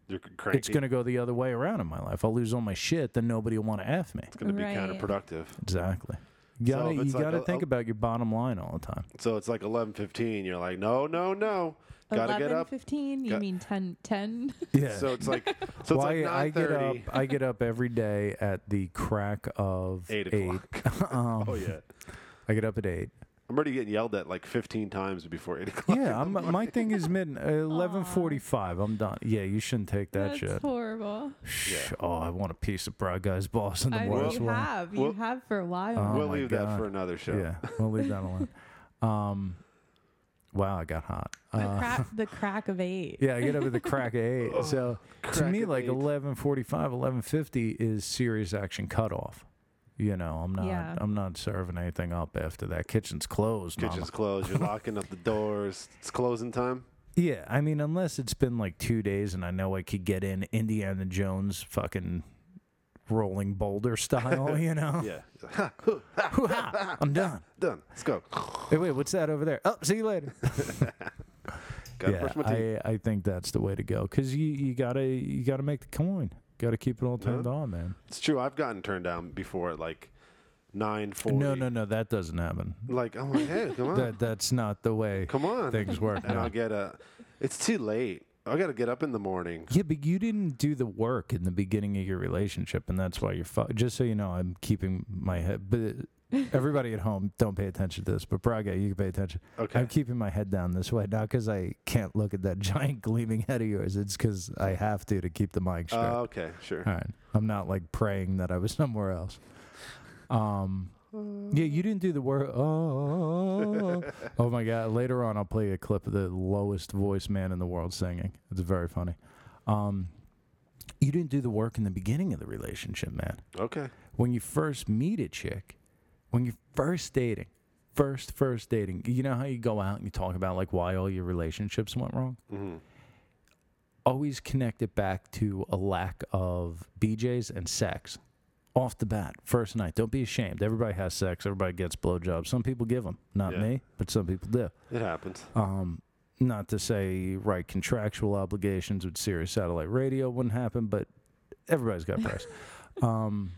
[SPEAKER 4] You're c- cranky.
[SPEAKER 3] it's going to go the other way around in my life. I'll lose all my shit, then nobody will want to F me.
[SPEAKER 4] gonna be
[SPEAKER 5] Right.
[SPEAKER 4] counterproductive.
[SPEAKER 3] Exactly. You gotta,
[SPEAKER 4] if it's
[SPEAKER 3] you
[SPEAKER 4] like
[SPEAKER 3] gotta
[SPEAKER 4] a-
[SPEAKER 3] think
[SPEAKER 4] a-
[SPEAKER 3] about your bottom line all the time.
[SPEAKER 4] So it's like eleven fifteen. You're like, no, no, no. Gotta get
[SPEAKER 5] 11,
[SPEAKER 4] up.
[SPEAKER 5] 15? You
[SPEAKER 4] Got-
[SPEAKER 5] mean 10, 10?
[SPEAKER 3] Yeah.
[SPEAKER 4] So it's like, so it's
[SPEAKER 3] I,
[SPEAKER 4] like
[SPEAKER 3] I
[SPEAKER 4] nine
[SPEAKER 3] get up.
[SPEAKER 4] thirty.
[SPEAKER 3] I get up every day at the crack of
[SPEAKER 4] Eight o'clock.
[SPEAKER 3] um,
[SPEAKER 4] Oh yeah.
[SPEAKER 3] I get up at eight.
[SPEAKER 4] I'm already getting yelled at like 15 times before eight o'clock.
[SPEAKER 3] Yeah, I'm, my thing is mid uh, eleven forty-five. I'm done. Yeah, you shouldn't take that
[SPEAKER 5] That's
[SPEAKER 3] shit.
[SPEAKER 5] horrible.
[SPEAKER 3] Shh, Oh, I want a piece of Brad Guy's boss in the
[SPEAKER 5] I,
[SPEAKER 3] worst
[SPEAKER 5] you
[SPEAKER 3] one.
[SPEAKER 5] have. You
[SPEAKER 4] Well-
[SPEAKER 5] have for a while.
[SPEAKER 3] Oh
[SPEAKER 4] we'll
[SPEAKER 3] my
[SPEAKER 4] leave
[SPEAKER 3] God.
[SPEAKER 4] that for another show.
[SPEAKER 3] Yeah, we'll leave that alone. Um, wow, I got hot. Uh,
[SPEAKER 5] the, crack, the crack of eight.
[SPEAKER 3] Yeah, I get up at the crack of eight. So to
[SPEAKER 4] crack
[SPEAKER 3] me,
[SPEAKER 4] of
[SPEAKER 3] like
[SPEAKER 4] eight.
[SPEAKER 3] 1145, 1150 is serious action cutoff. You know, I'm not,
[SPEAKER 5] Yeah.
[SPEAKER 3] I'm not serving anything up after that. Kitchen's closed. mama.
[SPEAKER 4] Kitchen's closed. You're locking up the doors. It's closing time.
[SPEAKER 3] Yeah, I mean, unless it's been like two days and I know I could get in Indiana Jones fucking rolling boulder style. You know,
[SPEAKER 4] Yeah.
[SPEAKER 3] Hoo-ha, I'm done.
[SPEAKER 4] Done. Let's go.
[SPEAKER 3] Hey, wait, what's that over there? Oh, see you later.
[SPEAKER 4] Gotta
[SPEAKER 3] yeah,
[SPEAKER 4] brush my teeth.
[SPEAKER 3] I, I think that's the way to go because you, you gotta you gotta make the coin. Gotta keep it all turned on, man.
[SPEAKER 4] It's true. I've gotten turned down before at like 9:40.
[SPEAKER 3] No, no, no, that doesn't happen.
[SPEAKER 4] Like I'm like, hey, come on,
[SPEAKER 3] That that's not the way
[SPEAKER 4] come on.
[SPEAKER 3] things work.
[SPEAKER 4] and
[SPEAKER 3] now.
[SPEAKER 4] I'll get a. It's too late. I gotta get up in the morning.
[SPEAKER 3] yeah, but you didn't do the work in the beginning of your relationship, and that's why you're fu- just so you know. I'm keeping my head, but everybody at home, don't pay attention to this. But Braga, you can pay attention.
[SPEAKER 4] Okay.
[SPEAKER 3] I'm keeping my head down this way, not because I can't look at that giant gleaming head of yours. It's because I have to to keep the mic straight.
[SPEAKER 4] Uh, okay, sure.
[SPEAKER 3] All right. I'm not like praying that I was somewhere else. Um, yeah, you didn't do the word. Oh, oh my God. Later on, I'll play a clip of the lowest voice man in the world singing. It's very funny. Um, you didn't do the work in the beginning of the relationship, man.
[SPEAKER 4] Okay.
[SPEAKER 3] When you first meet a chick, when you're first dating, first, first dating, you know how you go out and you talk about like why all your relationships went wrong?
[SPEAKER 4] Mhm.
[SPEAKER 3] always connect it back to a lack of BJs and sex off the bat, first night. Don't be ashamed. Everybody has sex. Everybody gets blowjobs. Some people give them. Not
[SPEAKER 4] Yeah.
[SPEAKER 3] me, but some people do.
[SPEAKER 4] It happens.
[SPEAKER 3] Um, not to say right contractual obligations with Sirius Satellite Radio wouldn't happen, but everybody's got price. um,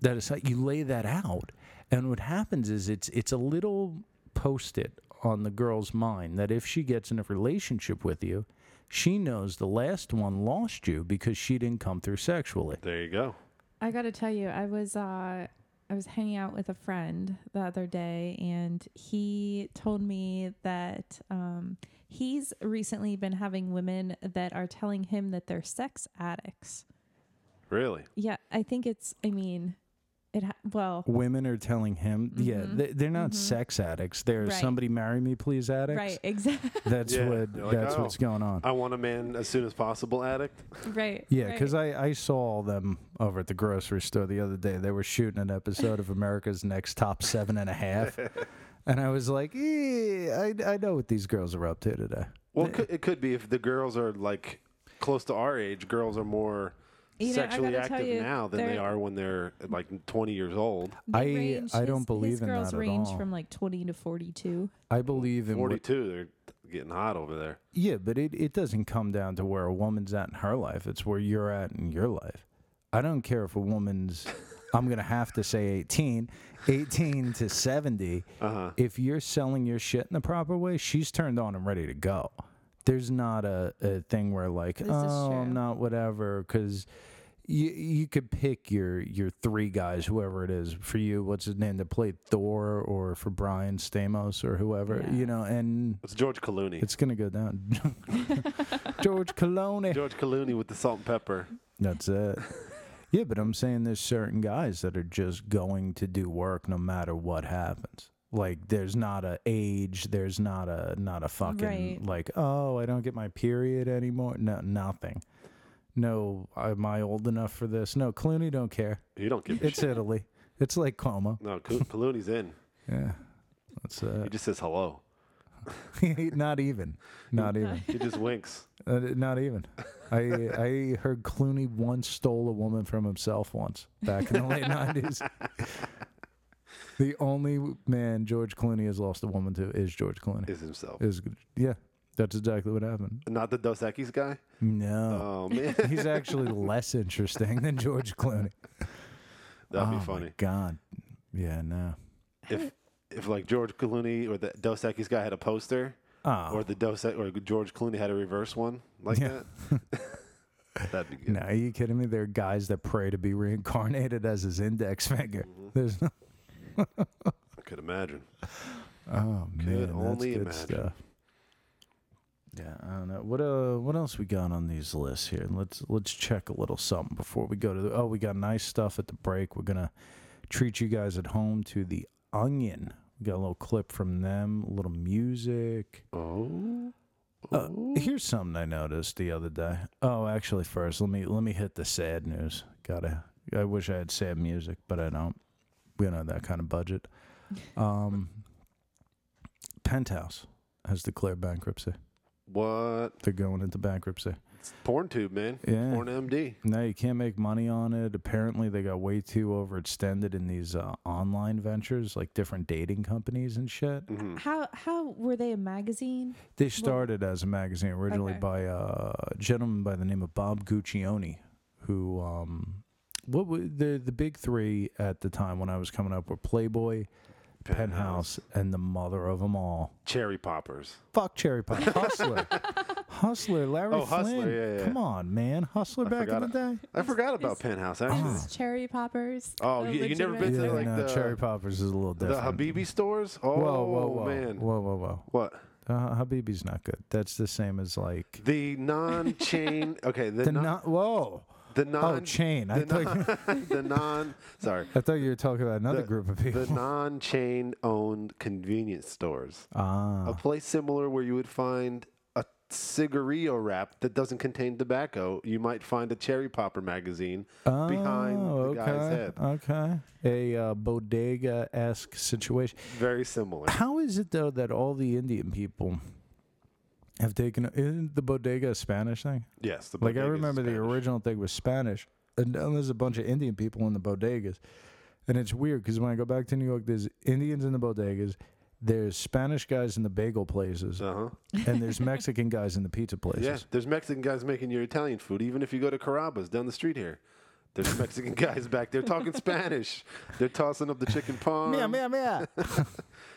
[SPEAKER 3] that is you lay that out, and what happens is it's it's a little post-it on the girl's mind that if she gets in a relationship with you, she knows the last one lost you because she didn't come through sexually.
[SPEAKER 4] There you go.
[SPEAKER 5] I got to tell you, I was uh, I was hanging out with a friend the other day, and he told me that um, he's recently been having women that are telling him that they're sex addicts.
[SPEAKER 4] Really.
[SPEAKER 5] Yeah, I think it's. I mean, it. Ha- well,
[SPEAKER 3] Women are telling him, yeah, they, they're not sex addicts. They're
[SPEAKER 5] Mm-hmm. Right.
[SPEAKER 3] somebody marry me please addicts.
[SPEAKER 5] right, exactly.
[SPEAKER 3] That's
[SPEAKER 4] Yeah,
[SPEAKER 3] what
[SPEAKER 4] they're like,
[SPEAKER 3] that's
[SPEAKER 4] "Oh,
[SPEAKER 3] what's going on.
[SPEAKER 4] I want a man as soon as possible. Addict.
[SPEAKER 5] right.
[SPEAKER 3] Yeah, because I, I saw them over at the grocery store the other day. They were shooting an episode of America's Next Top Seven and a Half. and I was like, "Eh, I, I know what these girls are up to today.
[SPEAKER 4] Well, it could, it could be if the girls are like close to our age. Girls are more
[SPEAKER 5] You know, I
[SPEAKER 4] sexually
[SPEAKER 5] gotta tell
[SPEAKER 4] active
[SPEAKER 5] you,
[SPEAKER 4] now than they
[SPEAKER 5] they're-
[SPEAKER 4] are when they're like 20 years old.
[SPEAKER 3] I- I don't believe in
[SPEAKER 5] girls
[SPEAKER 3] that at
[SPEAKER 5] range
[SPEAKER 3] all.
[SPEAKER 5] from like 20 to 42.
[SPEAKER 3] I believe in what,
[SPEAKER 4] 42, they're getting hot over there.
[SPEAKER 3] Yeah, but it, it doesn't come down to where a woman's at in her life. It's where you're at in your life. I don't care if a woman's I'm going to have to say 18, 18 to 70.
[SPEAKER 5] Uh-huh.
[SPEAKER 3] If you're selling your shit in the proper way, she's turned on and ready to go. There's not a, a thing where like,
[SPEAKER 5] is
[SPEAKER 3] oh,
[SPEAKER 5] true.
[SPEAKER 3] I'm not whatever, because you you could pick your your three guys, whoever it is for you. What's his name that played Thor, or for Brian Stamos, or whoever
[SPEAKER 5] Yeah.
[SPEAKER 3] you know, and
[SPEAKER 4] It's George Clooney.
[SPEAKER 3] it's gonna go down. George Clooney.
[SPEAKER 4] George Clooney with the salt and pepper.
[SPEAKER 3] That's it. yeah, but I'm saying there's certain guys that are just going to do work no matter what happens. Like there's not a age, there's not a not a fucking
[SPEAKER 5] Right.
[SPEAKER 3] like oh I don't get my period anymore. No, nothing. No, am I old enough for this? No, Clooney don't care.
[SPEAKER 4] You don't give a
[SPEAKER 3] It's
[SPEAKER 4] shit.
[SPEAKER 3] Italy. It's like Cuomo.
[SPEAKER 4] No, Clo- Clooney's in.
[SPEAKER 3] Yeah, that's uh,
[SPEAKER 4] He just says hello.
[SPEAKER 3] not even, not even,
[SPEAKER 4] He just winks.
[SPEAKER 3] Uh, not even. I I heard Clooney once stole a woman from himself once back in the late nineties. The only man George Clooney has lost a woman to is George Clooney.
[SPEAKER 4] Is himself.
[SPEAKER 3] Is yeah, that's exactly what happened.
[SPEAKER 4] Not the Dos Equis guy.
[SPEAKER 3] No,
[SPEAKER 4] Oh man,
[SPEAKER 3] he's actually less interesting than George Clooney.
[SPEAKER 4] that'd
[SPEAKER 3] oh
[SPEAKER 4] be funny.
[SPEAKER 3] My God, yeah, no.
[SPEAKER 4] If if like George Clooney or the Dos Equis guy had a poster,
[SPEAKER 3] Oh.
[SPEAKER 4] or the Dos E- or George Clooney had a reverse one like
[SPEAKER 3] Yeah.
[SPEAKER 4] that, that'd be good.
[SPEAKER 3] No, are you kidding me? There are guys that pray to be reincarnated as his index finger.
[SPEAKER 4] Mm-hmm.
[SPEAKER 3] There's no,
[SPEAKER 4] I could imagine.
[SPEAKER 3] oh man, that's
[SPEAKER 4] only
[SPEAKER 3] good
[SPEAKER 4] imagine.
[SPEAKER 3] stuff. Yeah, I don't know. What uh, what else we got on these lists here? Let's let's check a little something before we go to. The, oh, we got nice stuff at the break. We're gonna treat you guys at home to the Onion. We got a little clip from them, a little music.
[SPEAKER 4] Oh,
[SPEAKER 3] Uh, here's something I noticed the other day. Oh, actually, first let me let me hit the sad news. Gotta. I wish I had sad music, but I don't. We don't have that kind of budget. Um, Penthouse has declared bankruptcy.
[SPEAKER 4] what
[SPEAKER 3] They're going into bankruptcy.
[SPEAKER 4] porn tube man?
[SPEAKER 3] Yeah.
[SPEAKER 4] Porn MD.
[SPEAKER 3] No, you can't make money on it. Apparently, they got way too overextended in these uh, online ventures, like different dating companies and shit.
[SPEAKER 4] Hmm.
[SPEAKER 5] How how were they a magazine?
[SPEAKER 3] They started as a magazine originally
[SPEAKER 5] Okay.
[SPEAKER 3] by uh, a gentleman by the name of Bob Guccione, who um, what were the the big three at the time when I was coming up were Playboy, Penthouse, and the mother of them all.
[SPEAKER 4] Cherry poppers.
[SPEAKER 3] Fuck Cherry Pie, Hustler, Hustler, Larry
[SPEAKER 4] Oh,
[SPEAKER 3] Flynn.
[SPEAKER 4] Hustler, yeah, yeah,
[SPEAKER 3] Come
[SPEAKER 4] yeah.
[SPEAKER 3] on, man, Hustler back in
[SPEAKER 4] forgot
[SPEAKER 3] the day.
[SPEAKER 4] I forgot about Penthouse actually.
[SPEAKER 5] Those cherry poppers.
[SPEAKER 4] Ah. Oh,
[SPEAKER 5] a
[SPEAKER 4] you- you never
[SPEAKER 5] legitimate
[SPEAKER 4] been to,
[SPEAKER 5] thing?
[SPEAKER 4] like,
[SPEAKER 3] no,
[SPEAKER 4] the-
[SPEAKER 3] Cherry Poppers is a little
[SPEAKER 4] The
[SPEAKER 3] different.
[SPEAKER 4] Habibi stores. Oh
[SPEAKER 3] whoa, whoa, whoa,
[SPEAKER 4] man,
[SPEAKER 3] whoa, whoa, whoa.
[SPEAKER 4] what?
[SPEAKER 3] Uh, Habibi's not good. That's the same as like
[SPEAKER 4] The non-chain. Okay, the,
[SPEAKER 3] the
[SPEAKER 4] non,
[SPEAKER 3] not. Whoa.
[SPEAKER 4] the non.
[SPEAKER 3] oh, chain. I
[SPEAKER 4] The
[SPEAKER 3] thought. you-
[SPEAKER 4] non, the non. Sorry.
[SPEAKER 3] I thought you were talking about another
[SPEAKER 4] The-
[SPEAKER 3] group of
[SPEAKER 4] The
[SPEAKER 3] people.
[SPEAKER 4] non-chain owned convenience stores.
[SPEAKER 3] ah,
[SPEAKER 4] a place similar where you would find a cigarillo wrap that doesn't contain tobacco. You might find a cherry popper magazine behind the
[SPEAKER 3] Oh, okay,
[SPEAKER 4] guy's head.
[SPEAKER 3] Okay, a uh, bodega esque situation.
[SPEAKER 4] Very similar.
[SPEAKER 3] How is it though that all the Indian people have taken? Isn't the bodega a Spanish thing?
[SPEAKER 4] Yes, the
[SPEAKER 3] Like I
[SPEAKER 4] bodega's
[SPEAKER 3] remember the
[SPEAKER 4] Spanish.
[SPEAKER 3] original thing was Spanish, and now there's a bunch of Indian people in the bodegas, and it's weird because when I go back to New York, there's Indians in the bodegas, there's Spanish guys in the bagel places,
[SPEAKER 4] Uh-huh.
[SPEAKER 3] and there's Mexican guys in the pizza places.
[SPEAKER 4] Yeah, there's Mexican guys making your Italian food. Even if you go to Carrabba's down the street here, there's Mexican guys back there talking Spanish. They're tossing up the chicken palm.
[SPEAKER 3] Mia, mia, mia.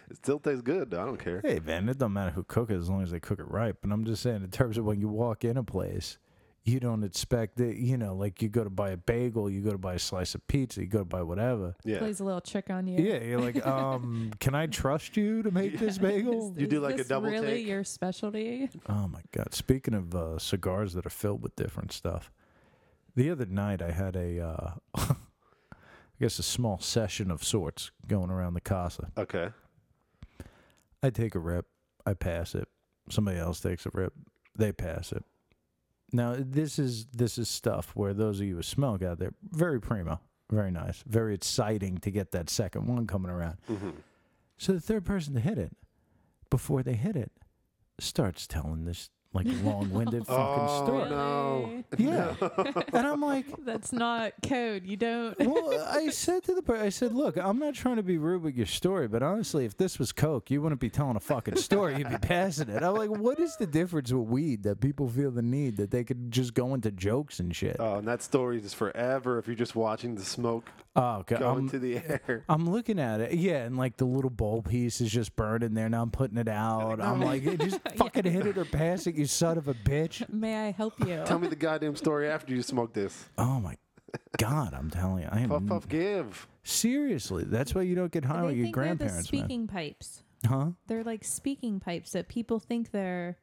[SPEAKER 4] It still tastes good. though. I don't care.
[SPEAKER 3] Hey man, it don't matter who cook it as long as they cook it right. But I'm just saying, in terms of when you walk in a place, you don't expect it. You know, like you go to buy a bagel, you go to buy a slice of pizza, you go to buy whatever.
[SPEAKER 4] Yeah.
[SPEAKER 5] Plays a little trick on you.
[SPEAKER 3] Yeah, you're like, um, can I trust you to make this bagel?
[SPEAKER 4] You do like a
[SPEAKER 5] this
[SPEAKER 4] double
[SPEAKER 5] really
[SPEAKER 4] take?
[SPEAKER 5] your specialty?
[SPEAKER 3] Oh my god! Speaking of uh, cigars that are filled with different stuff, the other night I had a, uh, I guess, a small session of sorts going around the casa.
[SPEAKER 4] Okay.
[SPEAKER 3] I take a rip, I pass it. Somebody else takes a rip, they pass it. Now this is this is stuff where those of you who smoke out there, very primo, very nice, very exciting to get that second one coming around.
[SPEAKER 4] Mm-hmm.
[SPEAKER 3] So the third person to hit it, before they hit it, starts telling this like long-winded fucking
[SPEAKER 4] Oh,
[SPEAKER 3] story.
[SPEAKER 4] no.
[SPEAKER 3] Yeah, and I'm like,
[SPEAKER 5] That's not code. You don't.
[SPEAKER 3] well, I said to the person, I said, look, I'm not trying to be rude with your story, but honestly, if this was coke, you wouldn't be telling a fucking story. You'd be passing it. I'm like, what is the difference with weed that people feel the need that they could just go into jokes and shit?
[SPEAKER 4] Oh, and that story is forever if you're just watching the smoke
[SPEAKER 3] oh, God.
[SPEAKER 4] go
[SPEAKER 3] I'm,
[SPEAKER 4] into the air.
[SPEAKER 3] I'm looking at it. Yeah, and like the little bowl piece is just burning there. Now I'm putting it out. I'm like, "Hey, just fucking hit it or pass it, you son of a bitch.
[SPEAKER 5] May I help you?
[SPEAKER 4] Tell me the goddamn story after you smoke this.
[SPEAKER 3] Oh, my God. I'm telling you. I am
[SPEAKER 4] Puff, puff, give.
[SPEAKER 3] Seriously. That's why you don't get high
[SPEAKER 5] they
[SPEAKER 3] with your
[SPEAKER 5] think they're the
[SPEAKER 3] grandparents, man.
[SPEAKER 5] speaking pipes.
[SPEAKER 3] Huh?
[SPEAKER 5] They're like speaking pipes that people think they're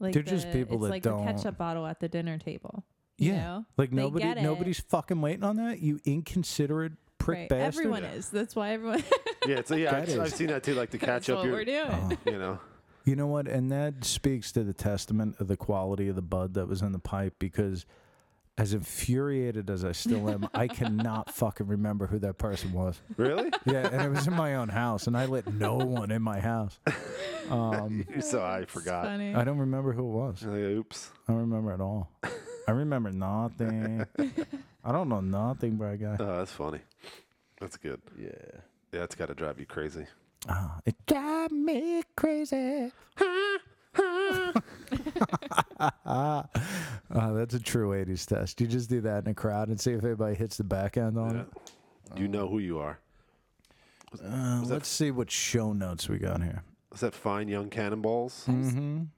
[SPEAKER 5] like
[SPEAKER 3] They're just
[SPEAKER 5] the-
[SPEAKER 3] people
[SPEAKER 5] it's
[SPEAKER 3] that
[SPEAKER 5] like
[SPEAKER 3] don't-
[SPEAKER 5] the ketchup bottle at the dinner table.
[SPEAKER 3] Yeah.
[SPEAKER 5] You know?
[SPEAKER 3] Like
[SPEAKER 5] They
[SPEAKER 3] nobody
[SPEAKER 5] get it.
[SPEAKER 3] nobody's fucking waiting on that. You inconsiderate prick
[SPEAKER 5] Right.
[SPEAKER 3] bastard.
[SPEAKER 5] Everyone is. That's why everyone.
[SPEAKER 4] Yeah, it's, yeah
[SPEAKER 3] That
[SPEAKER 4] I've, I've
[SPEAKER 3] is-
[SPEAKER 4] seen that too, like to
[SPEAKER 5] That's
[SPEAKER 4] catch up
[SPEAKER 5] what
[SPEAKER 4] your,
[SPEAKER 5] we're doing.
[SPEAKER 3] Oh,
[SPEAKER 4] you know.
[SPEAKER 3] You know what? And that speaks to the testament of the quality of the bud that was in the pipe because as infuriated as I still am, I cannot fucking remember who that person was.
[SPEAKER 4] Really?
[SPEAKER 3] Yeah, and it was in my own house and I let no one in my house. Um
[SPEAKER 4] so I forgot.
[SPEAKER 5] Funny.
[SPEAKER 3] I don't remember who it was.
[SPEAKER 4] Like, Oops.
[SPEAKER 3] I don't remember at all. I remember nothing. I don't know nothing, bro, guy.
[SPEAKER 4] Oh, that's funny. That's good. Yeah. Yeah, it's got to drive you crazy.
[SPEAKER 3] Ah, it drive me crazy. Ah, that's a true 80s test. You just do that in a crowd and see if anybody hits the back end on it.
[SPEAKER 4] You know who you are.
[SPEAKER 3] Uh, let's see what show notes we got here. Mm-hmm.
[SPEAKER 4] Is that fine young cannonballs?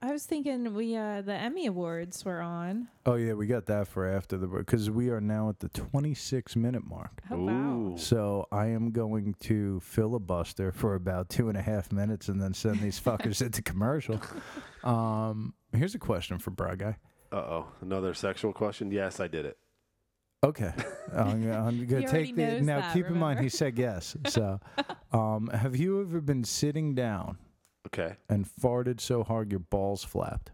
[SPEAKER 5] I was thinking we uh, the Emmy Awards were on.
[SPEAKER 3] Oh, yeah, we got that for after the because we are now at the 26 minute mark.
[SPEAKER 5] Oh, wow.
[SPEAKER 3] So I am going to filibuster for about two and a half minutes and then send these fuckers into commercial. Um, here's a question for Bra Guy.
[SPEAKER 4] Uh oh. Another sexual question? Yes, I did it.
[SPEAKER 3] Okay, I'm, gonna- I'm gonna
[SPEAKER 5] He already
[SPEAKER 3] take the
[SPEAKER 5] knows
[SPEAKER 3] now.
[SPEAKER 5] that,
[SPEAKER 3] keep in mind, he
[SPEAKER 5] remember?
[SPEAKER 3] said yes. So, um, have you ever been sitting down
[SPEAKER 4] Okay.
[SPEAKER 3] and farted so hard your balls flapped?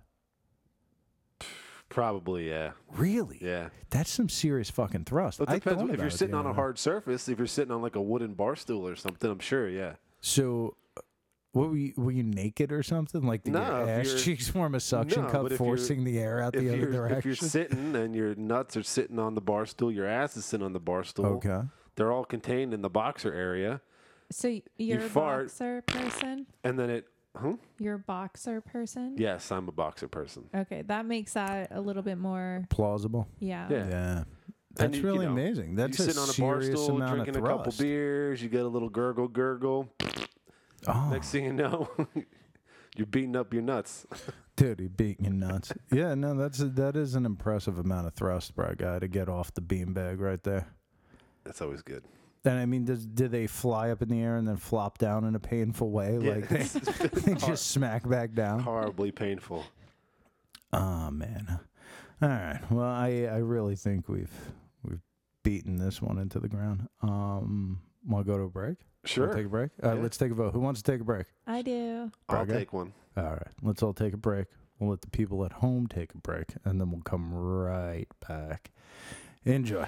[SPEAKER 4] Probably, yeah.
[SPEAKER 3] Really?
[SPEAKER 4] Yeah.
[SPEAKER 3] That's some serious fucking thrust.
[SPEAKER 4] Well,
[SPEAKER 3] I
[SPEAKER 4] it depends.
[SPEAKER 3] thought
[SPEAKER 4] If
[SPEAKER 3] about
[SPEAKER 4] you're
[SPEAKER 3] it the
[SPEAKER 4] sitting on a
[SPEAKER 3] other day.
[SPEAKER 4] hard surface, if you're sitting on like a wooden bar stool or something, I'm sure, yeah.
[SPEAKER 3] so. What were you, were you naked or something? Like did
[SPEAKER 4] No,
[SPEAKER 3] your
[SPEAKER 4] if
[SPEAKER 3] ass
[SPEAKER 4] you're-
[SPEAKER 3] cheeks warm a suction
[SPEAKER 4] No,
[SPEAKER 3] cup,
[SPEAKER 4] but if you're-
[SPEAKER 3] forcing the air out
[SPEAKER 4] If
[SPEAKER 3] the other
[SPEAKER 4] you're,
[SPEAKER 3] direction?
[SPEAKER 4] if you're sitting and your nuts are sitting on the bar stool, your ass is sitting on the bar stool.
[SPEAKER 3] okay.
[SPEAKER 4] They're all contained in the boxer area.
[SPEAKER 5] So y- you're a
[SPEAKER 4] fart.
[SPEAKER 5] boxer person.
[SPEAKER 4] And then it, huh?
[SPEAKER 5] You're a boxer person.
[SPEAKER 4] Yes, I'm a boxer person.
[SPEAKER 5] Okay, that makes that a little bit more.
[SPEAKER 3] Plausible.
[SPEAKER 5] Yeah.
[SPEAKER 4] Yeah.
[SPEAKER 3] Yeah. That's
[SPEAKER 4] you- you
[SPEAKER 3] really
[SPEAKER 4] know,
[SPEAKER 3] amazing. That's
[SPEAKER 4] you
[SPEAKER 3] a
[SPEAKER 4] sitting on a bar
[SPEAKER 3] serious
[SPEAKER 4] stool,
[SPEAKER 3] amount
[SPEAKER 4] drinking
[SPEAKER 3] of
[SPEAKER 4] a couple
[SPEAKER 3] thrust.
[SPEAKER 4] beers. You get a little gurgle, gurgle.
[SPEAKER 3] Oh.
[SPEAKER 4] Next thing you know, you're beating up your nuts.
[SPEAKER 3] Dude, he beat you nuts. yeah, no, that's a, that is an impressive amount of thrust, bro, guy, to get off the beanbag right there.
[SPEAKER 4] That's always good.
[SPEAKER 3] And I mean, does do they fly up in the air and then flop down in a painful way? Like they, they just smack back down.
[SPEAKER 4] Horribly painful.
[SPEAKER 3] Oh man. All right. Well, I I really think we've we've beaten this one into the ground. Um, want to go to a break? Wanna
[SPEAKER 4] Sure,
[SPEAKER 3] Take a break. All right,
[SPEAKER 4] Yeah.
[SPEAKER 3] let's take a vote. Who wants to take a break?
[SPEAKER 5] I do.
[SPEAKER 4] I'll
[SPEAKER 3] Braga?
[SPEAKER 4] take one.
[SPEAKER 3] All right. Let's all take a break. We'll let the people at home take a break, and then we'll come right back. Enjoy.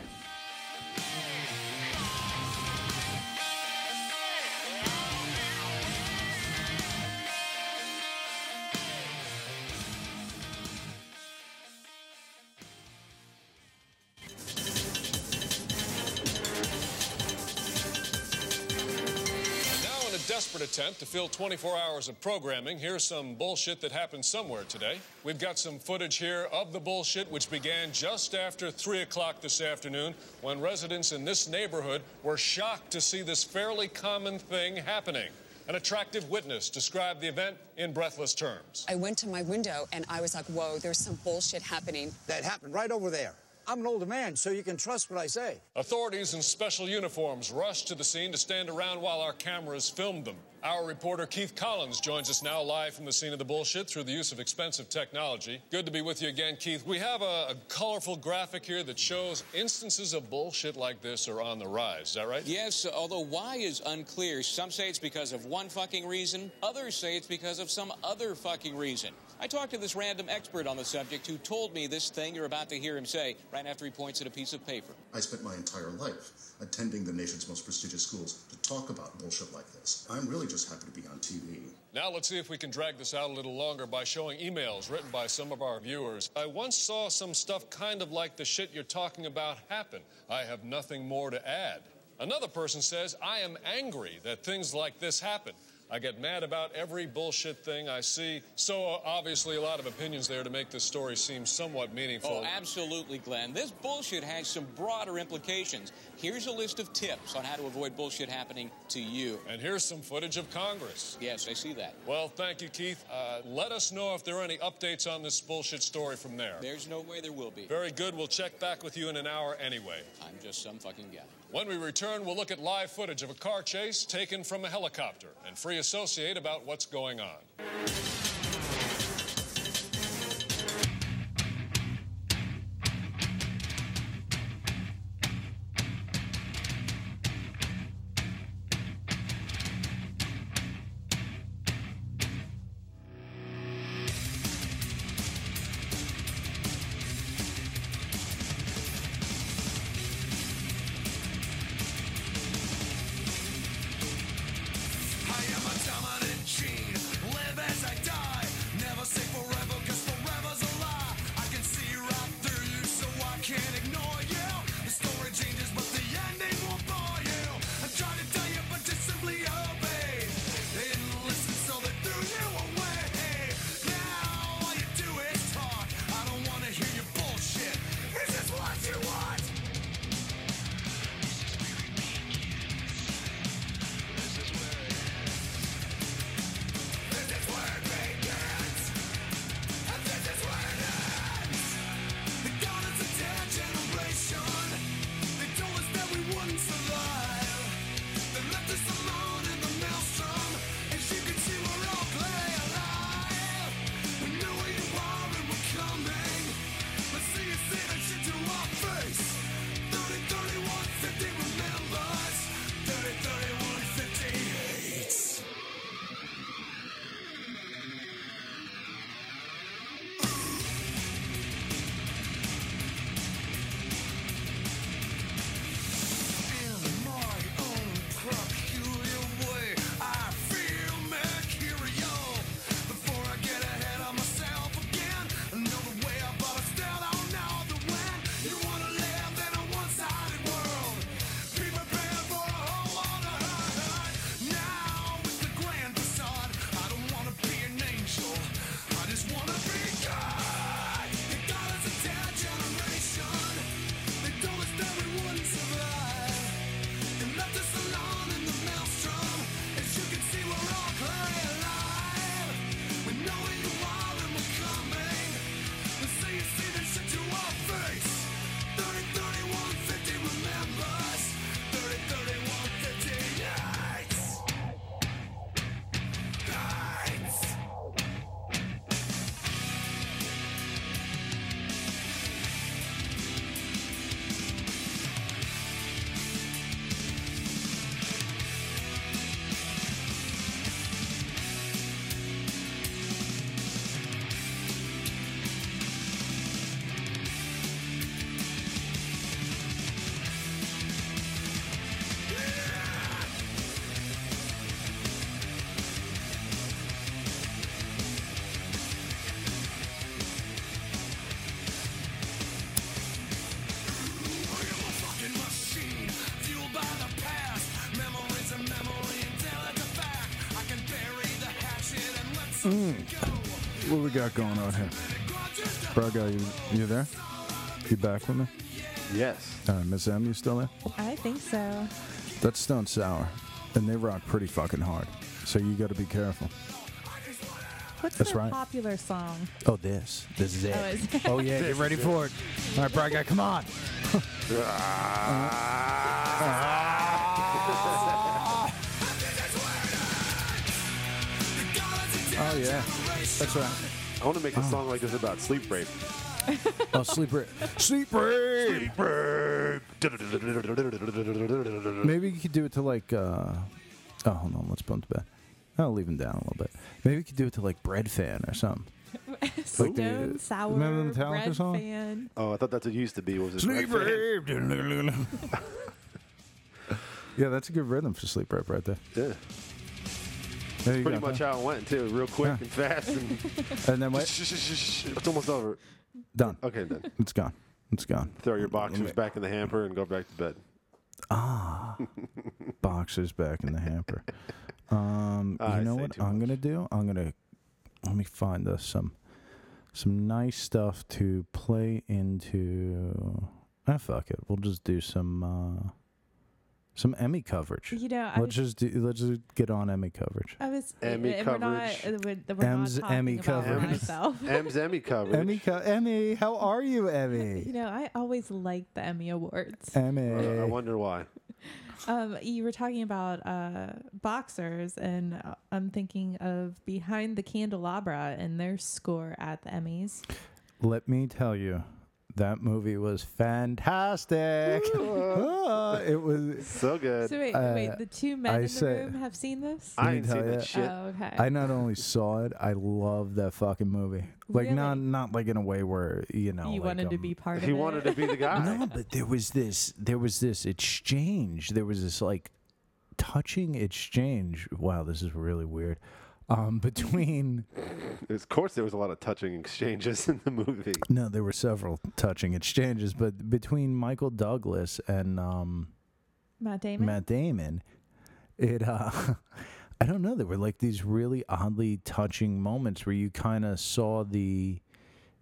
[SPEAKER 7] Now, in a desperate attempt to fill 24 hours of programming, here's some bullshit that happened somewhere today. We've got some footage here of the bullshit, which began just after 3 o'clock this afternoon when residents in this neighborhood were shocked to see this fairly common thing happening. An attractive witness described the event in breathless terms.
[SPEAKER 2] I went to my window and I was like, whoa, there's some bullshit happening.
[SPEAKER 8] That happened right over there. I'm an older man, so you can trust what I say.
[SPEAKER 7] Authorities in special uniforms rushed to the scene to stand around while our cameras filmed them. Our reporter Keith Collins joins us now live from the scene of the bullshit through the use of expensive technology. Good to be with you again, Keith. We have a, a colorful graphic here that shows instances of bullshit like this are on the rise. Is that right?
[SPEAKER 9] Yes, although why is unclear. Some say it's because of one fucking reason, others say it's because of some other fucking reason. I talked to this random expert on the subject who told me this thing you're about to hear him say right after he points at a piece of paper.
[SPEAKER 10] I spent my entire life attending the nation's most prestigious schools to talk about bullshit like this. I'm really just
[SPEAKER 11] just happen to be on TV.
[SPEAKER 7] Now let's see if we can drag this out a little longer by showing emails written by some of our viewers. I once saw some stuff kind of like the shit you're talking about happen. I have nothing more to add. Another person says, I am angry that things like this happen. I get mad about every bullshit thing I see. So, uh, obviously, a lot of opinions there to make this story seem somewhat meaningful.
[SPEAKER 9] Oh, absolutely, Glenn. This bullshit has some broader implications. Here's a list of tips on how to avoid bullshit happening to you.
[SPEAKER 7] and here's some footage of Congress.
[SPEAKER 9] Yes, I see that.
[SPEAKER 7] Well, thank you, Keith. Uh, let us know if there are any updates on this bullshit story from there.
[SPEAKER 9] There's no way there will be.
[SPEAKER 7] Very good. We'll check back with you in an hour anyway.
[SPEAKER 9] I'm just some fucking guy.
[SPEAKER 7] When we return, we'll look at live footage of a car chase taken from a helicopter and free associate about what's going on.
[SPEAKER 8] I am a dominant gene. Live as I die. Never say forever, cause forever's a lie. I can see right through you, so I can't ignore you. The story changes, but the ending won't bore you. I try to tell you, but you simply obey. They didn't listen, so they threw you away. Now all you do is talk. I don't wanna hear your bullshit. Is this what you want? This is where it begins. And this is where it ends. They got us a dead generation. They told us that we wouldn't survive. They left us alone in the maelstrom. As you can see, we're all clay alive. We knew where you are and we're coming. Let's see you say that shit to our face. 30, 31, 50 remembers. 30, 31, 50 hates. In my own peculiar way, I feel mercurial. Before I get ahead of myself again, I know the way up, but I still don't know the when. You wanna live in a one-sided world? Be prepared for a whole lot of hurt. Now it's the grand facade. I don't wanna be an angel. I just wanna be God. They got us a dead generation. They told us that we wouldn't survive. They left us alone in the maelstrom. As you can see, we're all clearly alive. We know where you are and we're coming. Let's say you see this shit to our face. 30, 31, 50 remembers. 30, 31, 50 yikes. Yikes.
[SPEAKER 3] What we got going on here? Braga, you, you there? You back with me?
[SPEAKER 4] Yes.
[SPEAKER 3] All right, Miss M, you still there?
[SPEAKER 5] I think so.
[SPEAKER 3] That's Stone Sour, and they rock pretty fucking hard. So you got to be careful.
[SPEAKER 5] What's
[SPEAKER 3] That's
[SPEAKER 5] their
[SPEAKER 3] right.
[SPEAKER 5] popular song?
[SPEAKER 12] Oh, this. This is it.
[SPEAKER 5] Oh, is it?
[SPEAKER 12] Oh, yeah. Get ready for it. All right, Braga, come on.
[SPEAKER 3] Oh yeah, that's right.
[SPEAKER 4] I want to
[SPEAKER 3] Oh.
[SPEAKER 4] make a song like this about sleep rape.
[SPEAKER 12] Oh, sleeper. Sleeper.
[SPEAKER 4] Sleep rape.
[SPEAKER 12] Maybe you could do it to like. uh Oh, hold on. Let's bump to bed. I'll leave him down a little bit. Maybe you could do it to like Bread Fan or something.
[SPEAKER 5] Stone
[SPEAKER 3] the-
[SPEAKER 5] Sour
[SPEAKER 3] remember the Metallica
[SPEAKER 5] Bread
[SPEAKER 3] song?
[SPEAKER 5] Fan.
[SPEAKER 4] Oh, I thought that's what it used to be. Was it Red Fan?
[SPEAKER 3] yeah, that's a good rhythm for sleep rap right there.
[SPEAKER 4] Yeah.
[SPEAKER 3] There
[SPEAKER 4] That's
[SPEAKER 3] you
[SPEAKER 4] pretty
[SPEAKER 3] go.
[SPEAKER 4] much how it went too, real quick
[SPEAKER 3] Yeah.
[SPEAKER 4] and fast. And
[SPEAKER 3] And then what?
[SPEAKER 4] it's almost over.
[SPEAKER 3] Done.
[SPEAKER 4] Okay, then
[SPEAKER 3] It's gone. It's gone.
[SPEAKER 4] throw your boxers back in the hamper and go back to bed.
[SPEAKER 3] Boxers back in the hamper. Um,
[SPEAKER 4] I
[SPEAKER 3] you know
[SPEAKER 4] say
[SPEAKER 3] what
[SPEAKER 4] too
[SPEAKER 3] I'm gonna do? I'm gonna let me find us some some nice stuff to play into. Ah, fuck it. We'll just do some uh, some Emmy coverage.
[SPEAKER 5] You know, I
[SPEAKER 3] let's just do. Let's just get on Emmy coverage.
[SPEAKER 5] I was uh,
[SPEAKER 4] Emmy
[SPEAKER 5] and
[SPEAKER 4] coverage.
[SPEAKER 5] We're not, uh, we're, that we're
[SPEAKER 3] Em's
[SPEAKER 5] not talking
[SPEAKER 3] Emmy
[SPEAKER 5] about
[SPEAKER 3] coverage.
[SPEAKER 5] myself.
[SPEAKER 4] M's Emmy coverage.
[SPEAKER 3] Emmy, co- Emmy, how are you,
[SPEAKER 5] you
[SPEAKER 3] Emmy?
[SPEAKER 5] know, I always like the Emmy awards.
[SPEAKER 4] Uh, I
[SPEAKER 3] Emmy.
[SPEAKER 4] wonder why.
[SPEAKER 5] Um, you were talking about uh, boxers, and uh, I'm thinking of Behind the Candelabra and their score at the Emmys.
[SPEAKER 3] Let me tell you, that movie was fantastic. Ah, it was.
[SPEAKER 4] So good.
[SPEAKER 5] So wait, wait, the two men
[SPEAKER 3] uh, I
[SPEAKER 5] in the
[SPEAKER 3] say-
[SPEAKER 5] room have seen this.
[SPEAKER 4] Uh, I ain't
[SPEAKER 3] tell
[SPEAKER 4] seen
[SPEAKER 3] ya.
[SPEAKER 4] that shit.
[SPEAKER 5] Oh, okay.
[SPEAKER 3] I not only saw it, I love that fucking movie. Like not
[SPEAKER 5] Really?
[SPEAKER 3] not like in a way where you know
[SPEAKER 5] you
[SPEAKER 3] like,
[SPEAKER 5] wanted to
[SPEAKER 3] um,
[SPEAKER 5] be part of
[SPEAKER 4] he
[SPEAKER 5] it.
[SPEAKER 4] wanted to be the guy.
[SPEAKER 3] No, but there was this there was this exchange. There was this like touching exchange. Wow, this is really weird. Um, between
[SPEAKER 4] Of course, there was a lot of touching exchanges in the movie.
[SPEAKER 3] no, there were several touching exchanges, but between Michael Douglas and um,
[SPEAKER 5] Matt Damon.
[SPEAKER 3] Matt Damon, it uh I don't know, there were like these really oddly touching moments where you kind of saw the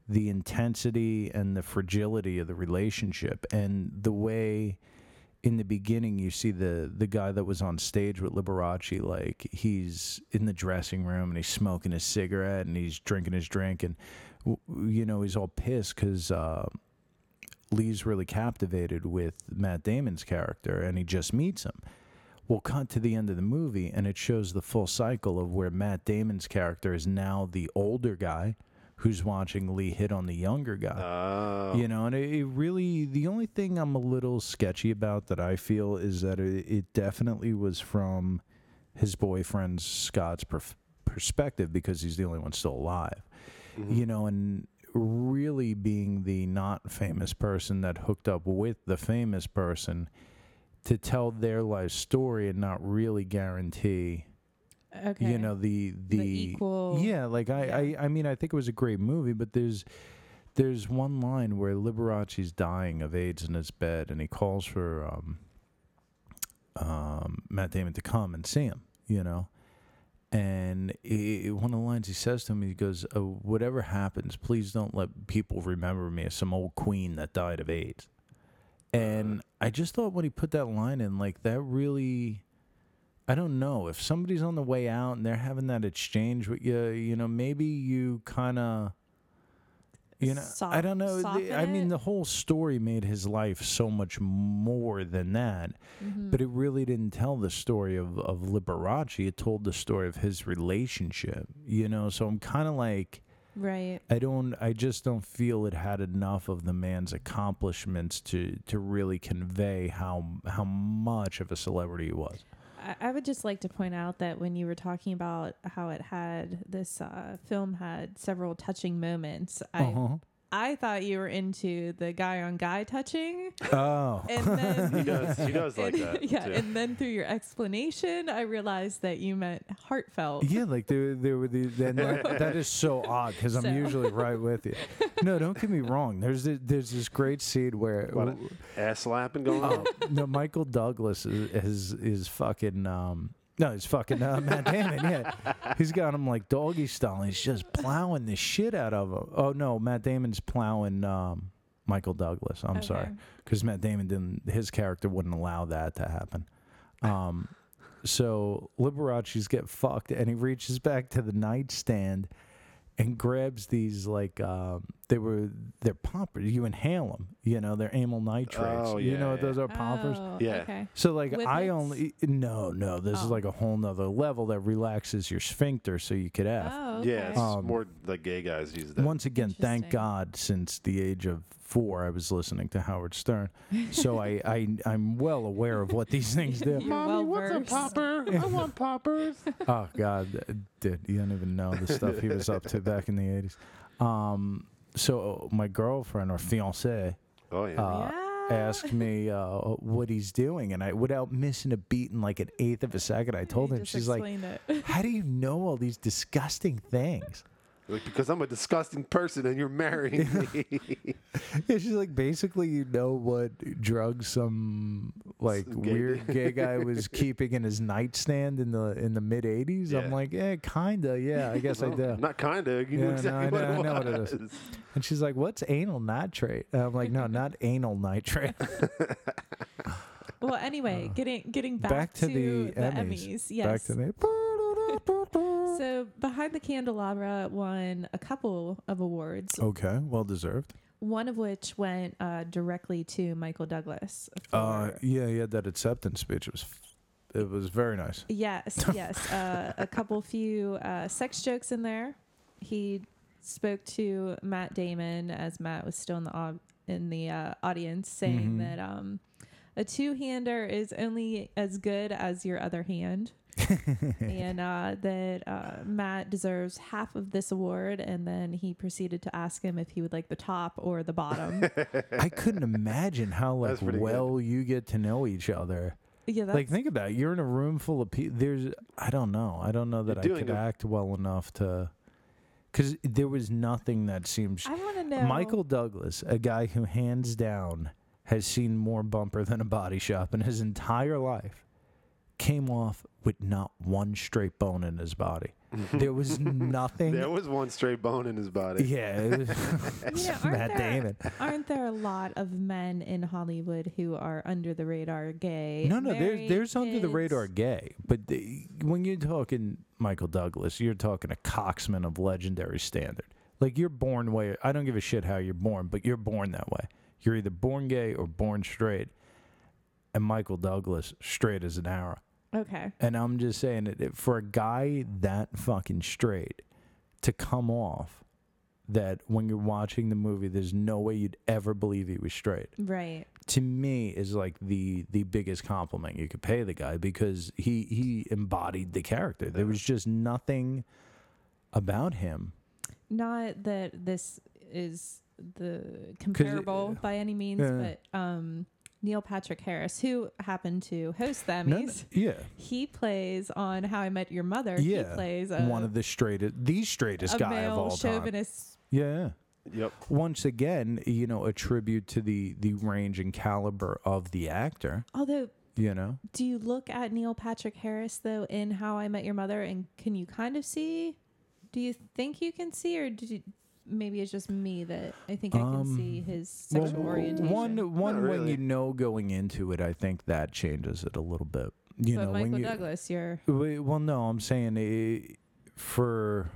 [SPEAKER 3] the intensity and the fragility of the relationship and the way in the beginning you see the the guy that was on stage with Liberace like he's in the dressing room and he's smoking his cigarette and he's drinking his drink and w- you know he's all pissed cuz uh Lee's really captivated with Matt Damon's character and he just meets him. We'll cut to the end of the movie and it shows the full cycle of where Matt Damon's character is now the older guy who's watching Lee hit on the younger guy. You know, and it, it really, the only thing I'm a little sketchy about that I feel is that it, it definitely was from his boyfriend Scott's perf- perspective because he's the only one still alive you know, and really being the not famous person that hooked up with the famous person to tell their life story and not really guarantee
[SPEAKER 5] Okay.
[SPEAKER 3] you know the the,
[SPEAKER 5] equal-
[SPEAKER 3] yeah like I, I i mean i think it was a great movie but there's there's one line where liberace's dying of aids in his bed and he calls for um um matt damon to come and see him you know and i i one of the lines he says to him, he goes, uh, "Whatever happens, please don't let people remember me as some old queen that died of AIDS." And I just thought when he put that line in, like that really, I don't know if somebody's on the way out and they're having that exchange with you, you know, maybe you kind of. You know, I
[SPEAKER 5] Soft-
[SPEAKER 3] don't know. The- I
[SPEAKER 5] soften
[SPEAKER 3] mean,
[SPEAKER 5] it?
[SPEAKER 3] the whole story made his life so much more than that,
[SPEAKER 5] Mm-hmm.
[SPEAKER 3] but it really didn't tell the story of of Liberace. It told the story of his relationship. You know, so I'm kind of like,
[SPEAKER 5] right.
[SPEAKER 3] I don't I just don't feel it had enough of the man's accomplishments to to really convey how how much of a celebrity he was.
[SPEAKER 5] I, I would just like to point out that when you were talking about how it had this uh, film had several touching moments, I
[SPEAKER 3] Uh-huh.
[SPEAKER 5] I thought you were into the guy on guy touching,
[SPEAKER 3] Oh.
[SPEAKER 5] and then
[SPEAKER 4] He does. He does like that.
[SPEAKER 5] yeah,
[SPEAKER 4] too.
[SPEAKER 5] and then through your explanation, I realized that you meant heartfelt.
[SPEAKER 3] Yeah, like there, there were these. Then that, that is so odd because I'm usually right with you. No, don't get me wrong. There's this, there's this great scene where
[SPEAKER 4] What an ass slapping going on.
[SPEAKER 3] no, Michael Douglas is is, is fucking. Um, no, he's fucking uh, Matt Damon. Yeah, he's got him like doggy style. He's just plowing the shit out of him. Oh no, Matt Damon's plowing um, Michael Douglas. I'm sorry, because Matt Damon didn't. His character wouldn't allow that to happen. Um, so Liberace's get fucked, and he reaches back to the nightstand and grabs these like um, they were they're poppers. You inhale them, you know, they're amyl nitrates.
[SPEAKER 4] Oh,
[SPEAKER 3] you know
[SPEAKER 4] yeah,
[SPEAKER 3] what
[SPEAKER 4] yeah.
[SPEAKER 3] those are, poppers.
[SPEAKER 5] Oh,
[SPEAKER 4] Yeah.
[SPEAKER 5] Okay.
[SPEAKER 3] So like I
[SPEAKER 5] Whippets?
[SPEAKER 3] only no no this
[SPEAKER 5] Oh.
[SPEAKER 3] is like a whole nother level that relaxes your sphincter so you could f.
[SPEAKER 5] Oh. Okay.
[SPEAKER 4] Yeah, it's
[SPEAKER 3] Um,
[SPEAKER 4] more like gay guys use that.
[SPEAKER 3] Once again, thank
[SPEAKER 5] Interesting.
[SPEAKER 3] God, since the age of four, I was listening to Howard Stern, so I, I I'm well aware of what these things do.
[SPEAKER 5] You're well versed.
[SPEAKER 4] popper? I want poppers.
[SPEAKER 3] Oh God, uh, dude, you don't even know the stuff he was up to back in the '80s. Um, so my girlfriend or fiance
[SPEAKER 4] Oh yeah.
[SPEAKER 3] uh, asked me uh, what he's doing, and I, without missing a beat in like an eighth of a second, I told
[SPEAKER 5] You
[SPEAKER 3] him.
[SPEAKER 5] just
[SPEAKER 3] She's like,
[SPEAKER 5] explained it.
[SPEAKER 3] "How do you know all these disgusting things?"
[SPEAKER 4] Like, because I'm a disgusting person and you're marrying me.
[SPEAKER 3] Yeah, she's like, basically, you know what drugs some like
[SPEAKER 4] Some gay-
[SPEAKER 3] weird gay guy was keeping in his nightstand in the in the mid '80s.
[SPEAKER 4] Yeah. Oh,
[SPEAKER 3] I'm like, yeah, kinda, yeah, I guess I do.
[SPEAKER 4] Not kinda. You
[SPEAKER 3] Yeah,
[SPEAKER 4] knew
[SPEAKER 3] no,
[SPEAKER 4] exactly
[SPEAKER 3] I know-
[SPEAKER 4] what, it
[SPEAKER 3] I know what it
[SPEAKER 4] was.
[SPEAKER 3] is. And she's like, "What's anal nitrate?" And I'm like, "No, not anal nitrate."
[SPEAKER 5] Well, anyway, getting getting back,
[SPEAKER 3] Uh, Back to the Emmys.
[SPEAKER 5] Yes.
[SPEAKER 3] Back to the.
[SPEAKER 5] so behind the candelabra won a couple of awards,
[SPEAKER 3] okay, well deserved.
[SPEAKER 5] one of which went uh, directly to Michael Douglas. For,
[SPEAKER 3] Uh, yeah, he had that acceptance speech. It was, it was very nice.
[SPEAKER 5] yes, yes, uh, a couple few uh, sex jokes in there. He spoke to Matt Damon as Matt was still in the au- in the uh, audience, saying that um, a two hander is only as good as your other hand. and uh, that uh, Matt deserves half of this award. And then he proceeded to ask him if he would like the top or the bottom.
[SPEAKER 3] I couldn't imagine how like
[SPEAKER 4] That's pretty good.
[SPEAKER 3] well you get to know each other.
[SPEAKER 5] yeah, that's,
[SPEAKER 3] Like think about it. you're in a room full of people. There's I don't know. I don't know that I
[SPEAKER 4] You're
[SPEAKER 3] could
[SPEAKER 4] doing a-
[SPEAKER 3] act well enough to. Because there was nothing that seemed. sh-
[SPEAKER 5] I want to know.
[SPEAKER 3] Michael Douglas, a guy who hands down has seen more bumper than a body shop in his entire life, came off with not one straight bone in his body. There was nothing.
[SPEAKER 4] There was one straight bone in his body.
[SPEAKER 3] yeah, it was
[SPEAKER 5] You know, aren't
[SPEAKER 3] Matt
[SPEAKER 5] there,
[SPEAKER 3] Damon.
[SPEAKER 5] Aren't there a lot of men in Hollywood who are under the radar gay?
[SPEAKER 3] No, no, there's
[SPEAKER 5] married,
[SPEAKER 3] there's under the
[SPEAKER 5] kids?
[SPEAKER 3] radar gay, but the, when you're talking Michael Douglas, you're talking a coxman of legendary standard. Like you're born way. I don't give a shit how you're born, but you're born that way. You're either born gay or born straight. And Michael Douglas, straight as an arrow.
[SPEAKER 5] Okay.
[SPEAKER 3] And I'm just saying that it- for a guy that fucking straight to come off that when you're watching the movie, there's no way you'd ever believe he was straight
[SPEAKER 5] Right.
[SPEAKER 3] to me is like the the biggest compliment you could pay the guy because he he embodied the character. There was just nothing about him.
[SPEAKER 5] Not that this is the comparable by any means,
[SPEAKER 3] uh, Yeah.
[SPEAKER 5] but um, Neil Patrick Harris, who happened to host the Emmys.
[SPEAKER 3] None- yeah.
[SPEAKER 5] He plays on How I Met Your Mother.
[SPEAKER 3] Yeah.
[SPEAKER 5] He plays a,
[SPEAKER 3] one of the straightest the straightest
[SPEAKER 5] a
[SPEAKER 3] guy
[SPEAKER 5] male
[SPEAKER 3] of all time.
[SPEAKER 5] chauvinist.
[SPEAKER 3] Yeah.
[SPEAKER 4] Yep.
[SPEAKER 3] Once again, you know, a tribute to the the range and caliber of the actor,
[SPEAKER 5] Although,
[SPEAKER 3] you know.
[SPEAKER 5] do you look at Neil Patrick Harris though in How I Met Your Mother, and can you kind of see? Do you think you can see, or do you, maybe it's just me that I think I can see his sexual orientation?
[SPEAKER 3] Um, One one when
[SPEAKER 4] Not really.
[SPEAKER 3] you know going into it, I think that changes it a little bit. You
[SPEAKER 5] but
[SPEAKER 3] know,
[SPEAKER 5] Michael
[SPEAKER 3] when you
[SPEAKER 5] Douglas, you're
[SPEAKER 3] Wait, Well, no, I'm saying it, for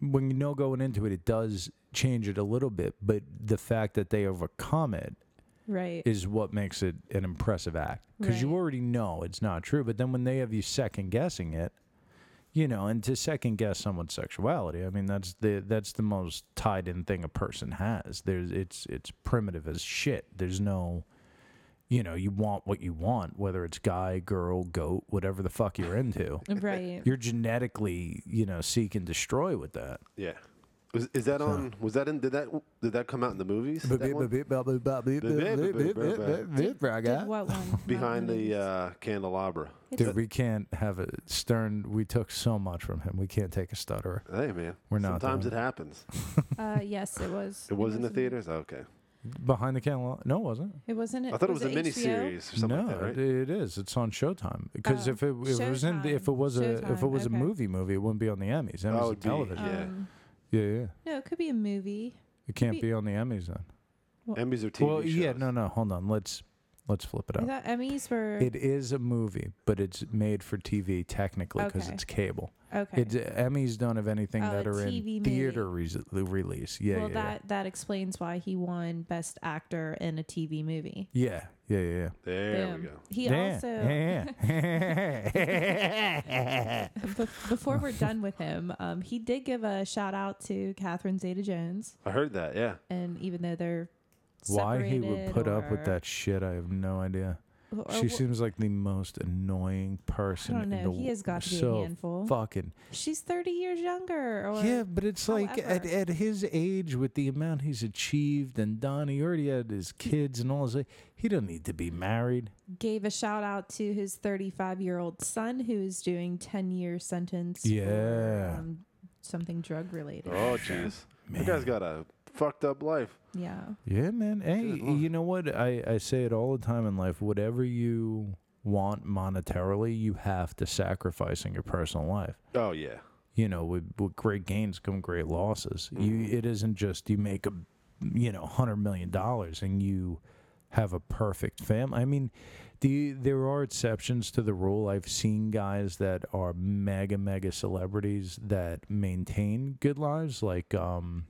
[SPEAKER 3] when you know going into it, it does change it a little bit, but the fact that they overcome it
[SPEAKER 5] right.
[SPEAKER 3] is what makes it an impressive act because you
[SPEAKER 5] Right.
[SPEAKER 3] already know it's not true. But then when they have you second guessing it, you know, and to second guess someone's sexuality, I mean that's the that's the most tied in thing a person has. There's it's it's primitive as shit. There's no, you know, you want what you want, whether it's guy, girl, goat, whatever the fuck you're into.
[SPEAKER 5] Right.
[SPEAKER 3] You're genetically, you know, seek and destroy with that.
[SPEAKER 4] Yeah. Was, is that on? Was that in? Did that did that come out in the movies? that one?
[SPEAKER 5] Did what one? What
[SPEAKER 4] Behind
[SPEAKER 5] one
[SPEAKER 4] the
[SPEAKER 5] is-
[SPEAKER 4] uh, candelabra.
[SPEAKER 3] Dude, we can't have a Stern. We took so much from him. We can't take a stutterer.
[SPEAKER 4] Hey man,
[SPEAKER 3] We're not
[SPEAKER 4] Sometimes it
[SPEAKER 3] doing-
[SPEAKER 4] happens.
[SPEAKER 5] Uh, yes, it was.
[SPEAKER 4] It was in the
[SPEAKER 5] wasn't-
[SPEAKER 4] theaters. okay,
[SPEAKER 3] Behind the candelabra? No, it wasn't.
[SPEAKER 5] It wasn't.
[SPEAKER 4] I thought it was, a mini series or something
[SPEAKER 3] no,
[SPEAKER 4] like that, right?
[SPEAKER 3] it, it is. It's on Showtime. Because
[SPEAKER 5] Oh,
[SPEAKER 3] if it, if it was in, if it
[SPEAKER 5] Showtime.
[SPEAKER 3] was a if it
[SPEAKER 5] Showtime,
[SPEAKER 3] was
[SPEAKER 5] okay.
[SPEAKER 3] a movie movie, it wouldn't be on the Emmys. Emmys
[SPEAKER 4] Oh,
[SPEAKER 3] are
[SPEAKER 4] it'd be-
[SPEAKER 3] television.
[SPEAKER 4] yeah.
[SPEAKER 3] yeah, yeah.
[SPEAKER 5] Um, No, it could be a movie.
[SPEAKER 3] It can't
[SPEAKER 5] be-
[SPEAKER 3] be on the Emmys then.
[SPEAKER 4] Emmys or TV
[SPEAKER 3] well,
[SPEAKER 4] shows.
[SPEAKER 3] yeah. No, no. Hold on. Let's let's flip it
[SPEAKER 5] I
[SPEAKER 3] up.
[SPEAKER 5] thought Emmys were
[SPEAKER 3] It is a movie, but it's made for TV technically because
[SPEAKER 5] Okay.
[SPEAKER 3] it's cable.
[SPEAKER 5] okay.
[SPEAKER 3] It's, Emmys don't have anything
[SPEAKER 5] Oh,
[SPEAKER 3] that
[SPEAKER 5] a
[SPEAKER 3] are
[SPEAKER 5] TV
[SPEAKER 3] in
[SPEAKER 5] movie.
[SPEAKER 3] theater res- release. Yeah,
[SPEAKER 5] well,
[SPEAKER 3] yeah,
[SPEAKER 5] that that explains why he won Best Actor in a TV movie.
[SPEAKER 3] yeah, yeah, yeah, yeah.
[SPEAKER 4] There
[SPEAKER 5] Boom.
[SPEAKER 4] we go.
[SPEAKER 5] He also
[SPEAKER 3] yeah.
[SPEAKER 5] bef- before we're done with him, um, he did give a shout out to Catherine Zeta-Jones,
[SPEAKER 4] I heard that. Yeah.
[SPEAKER 5] and even though they're
[SPEAKER 3] Why he would
[SPEAKER 5] separated
[SPEAKER 3] put up with
[SPEAKER 5] or-
[SPEAKER 3] that shit, I have no idea.
[SPEAKER 5] or
[SPEAKER 3] She
[SPEAKER 5] wh-
[SPEAKER 3] seems like the most annoying person.
[SPEAKER 5] don't
[SPEAKER 3] in
[SPEAKER 5] know.
[SPEAKER 3] the
[SPEAKER 5] He
[SPEAKER 3] wo-
[SPEAKER 5] has got to be a
[SPEAKER 3] so
[SPEAKER 5] handful.
[SPEAKER 3] Fucking
[SPEAKER 5] she's 30 years younger. Or,
[SPEAKER 3] yeah, but it's like at,
[SPEAKER 5] however.
[SPEAKER 3] at his age, with the amount he's achieved, and Don, he already had his kids and all this. He don't need to be married.
[SPEAKER 5] gave a shout out to his 35 year old son who's doing 10 year sentence. for,
[SPEAKER 3] Yeah.
[SPEAKER 5] um, something drug related.
[SPEAKER 4] Oh jeez, that guy's got a fucked up life.
[SPEAKER 5] Yeah.
[SPEAKER 3] Yeah, man. Hey, you know what? I, I say it all the time in life. Whatever you want monetarily, you have to sacrifice in your personal life.
[SPEAKER 4] Oh yeah,
[SPEAKER 3] You know, with, with great gains come great losses. You, it isn't just you make a, you know, hundred million dollars and you have a perfect family. I mean, the there are exceptions to the rule. I've seen guys that are mega mega celebrities that maintain good lives, like um,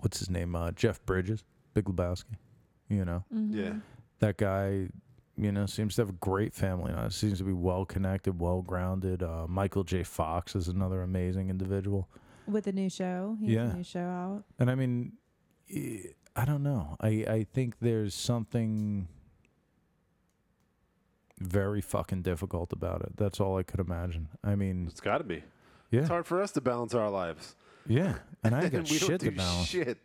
[SPEAKER 3] what's his name? Uh, Jeff Bridges, Big Lebowski. You know,
[SPEAKER 4] yeah.
[SPEAKER 3] that guy, you know, seems to have a great family. Now. Seems to be well connected, well grounded. Uh, Michael J. Fox is another amazing individual.
[SPEAKER 5] With a new show. He has
[SPEAKER 3] Yeah.
[SPEAKER 5] a new show out.
[SPEAKER 3] And I mean, eh, I don't know. I, I think there's something very fucking difficult about it. That's all I could imagine. I mean,
[SPEAKER 4] It's got to be. It's
[SPEAKER 3] yeah,
[SPEAKER 4] hard for us to balance our lives.
[SPEAKER 3] yeah. And I got
[SPEAKER 4] we don't
[SPEAKER 3] shit
[SPEAKER 4] do
[SPEAKER 3] to balance.
[SPEAKER 4] Shit.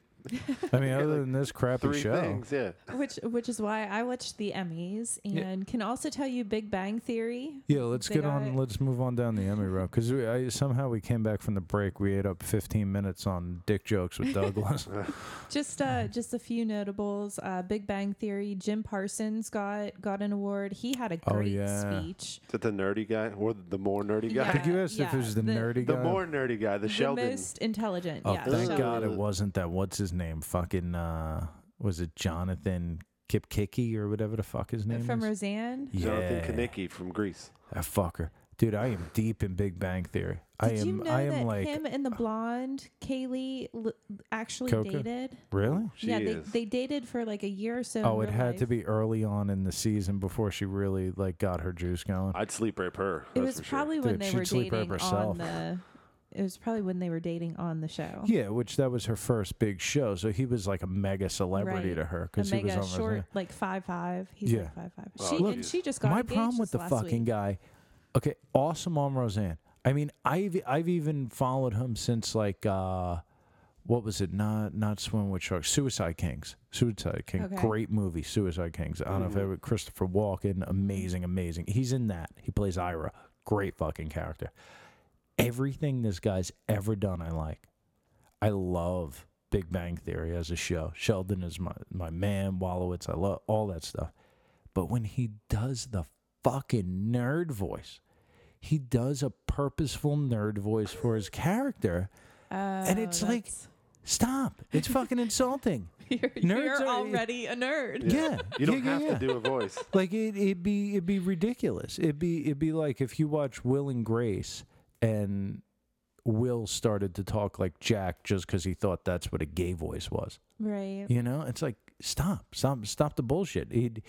[SPEAKER 3] I mean, other
[SPEAKER 4] like
[SPEAKER 3] than this crappy
[SPEAKER 4] Three
[SPEAKER 3] show,
[SPEAKER 4] things. Yeah.
[SPEAKER 5] Which which is why I watched the Emmys and
[SPEAKER 3] Yeah.
[SPEAKER 5] can also tell you Big Bang Theory.
[SPEAKER 3] Yeah, let's
[SPEAKER 5] They
[SPEAKER 3] get on.
[SPEAKER 5] got-
[SPEAKER 3] Let's move on down the Emmy road because somehow we came back from the break. We ate up 15 minutes on dick jokes with Douglas.
[SPEAKER 5] Just uh just a few notables. Uh Big Bang Theory, Jim Parsons got got an award. He had a
[SPEAKER 3] Oh,
[SPEAKER 5] great
[SPEAKER 3] yeah.
[SPEAKER 5] speech.
[SPEAKER 4] Is it the nerdy guy or the more nerdy guy?
[SPEAKER 3] Did
[SPEAKER 5] Yeah.
[SPEAKER 3] you ask if it
[SPEAKER 5] yeah,
[SPEAKER 3] was the,
[SPEAKER 5] the-
[SPEAKER 3] nerdy
[SPEAKER 4] The
[SPEAKER 3] guy?
[SPEAKER 4] more nerdy guy, the, Sheldon.
[SPEAKER 5] The most intelligent.
[SPEAKER 3] oh,
[SPEAKER 5] yeah.
[SPEAKER 3] thank
[SPEAKER 5] Sheldon.
[SPEAKER 3] God it
[SPEAKER 4] Ooh.
[SPEAKER 3] wasn't that. What's his name? Fucking uh, was it Jonathan Kipkiki or whatever the fuck his name
[SPEAKER 5] From
[SPEAKER 3] is?
[SPEAKER 5] Roseanne.
[SPEAKER 3] yeah,
[SPEAKER 4] Jonathan Kanicki from Greece.
[SPEAKER 3] that fucker, dude. I am deep in Big Bang Theory. I
[SPEAKER 5] Did
[SPEAKER 3] am.
[SPEAKER 5] you know
[SPEAKER 3] I am
[SPEAKER 5] that
[SPEAKER 3] like uh,
[SPEAKER 5] him and the blonde Kaylee l- actually
[SPEAKER 3] Coca?
[SPEAKER 5] dated?
[SPEAKER 3] really.
[SPEAKER 4] She
[SPEAKER 5] yeah,
[SPEAKER 4] is.
[SPEAKER 5] they they dated for like a year or so.
[SPEAKER 3] Oh,
[SPEAKER 5] in
[SPEAKER 3] it
[SPEAKER 5] real
[SPEAKER 3] had to
[SPEAKER 5] life.
[SPEAKER 3] be early on in the season before she really like got her juice going.
[SPEAKER 4] I'd sleep rape her.
[SPEAKER 5] It
[SPEAKER 4] that's
[SPEAKER 5] was
[SPEAKER 4] for sure.
[SPEAKER 5] probably when
[SPEAKER 3] Dude,
[SPEAKER 5] they
[SPEAKER 3] she'd
[SPEAKER 5] were
[SPEAKER 3] sleep right
[SPEAKER 5] dating
[SPEAKER 3] herself.
[SPEAKER 5] on the. It was probably when they were dating on the show.
[SPEAKER 3] Yeah, which that was her first big show, so he was like a mega celebrity
[SPEAKER 5] Right.
[SPEAKER 3] to her
[SPEAKER 5] A
[SPEAKER 3] because he was
[SPEAKER 5] mega
[SPEAKER 3] on
[SPEAKER 5] short,
[SPEAKER 3] Roseanne.
[SPEAKER 5] like five five. He's
[SPEAKER 3] Yeah.
[SPEAKER 5] like five five.
[SPEAKER 4] Wow,
[SPEAKER 5] she
[SPEAKER 4] look,
[SPEAKER 5] and she just got
[SPEAKER 3] My
[SPEAKER 5] engaged
[SPEAKER 3] problem with
[SPEAKER 5] just
[SPEAKER 3] the
[SPEAKER 5] last
[SPEAKER 3] fucking
[SPEAKER 5] week.
[SPEAKER 3] guy. Okay, awesome on Roseanne. I mean, I've I've even followed him since like uh, what was it? Not not Swim with Sharks, Suicide Kings. Suicide King,
[SPEAKER 5] Okay.
[SPEAKER 3] great movie. Suicide Kings. I don't know if ever Christopher Walken, amazing, amazing. He's in that. He plays Ira, great fucking character. Everything this guy's ever done, I like. I love Big Bang Theory as a show. Sheldon is my, my man, Wallowitz, I love all that stuff. But when he does the fucking nerd voice, he does a purposeful nerd voice for his character. and
[SPEAKER 5] Oh,
[SPEAKER 3] it's like, stop. It's fucking insulting.
[SPEAKER 5] You're,
[SPEAKER 3] Nerds
[SPEAKER 5] you're
[SPEAKER 3] are-
[SPEAKER 5] already a nerd.
[SPEAKER 3] Yeah.
[SPEAKER 4] You don't
[SPEAKER 3] yeah,
[SPEAKER 4] have
[SPEAKER 3] yeah.
[SPEAKER 4] to do a voice.
[SPEAKER 3] Like it, it'd be it'd be ridiculous. It'd be it'd be like if you watch Will and Grace and Will started to talk like Jack just because he thought that's what a gay voice was.
[SPEAKER 5] Right.
[SPEAKER 3] You know, it's like stop, stop, stop the bullshit. It,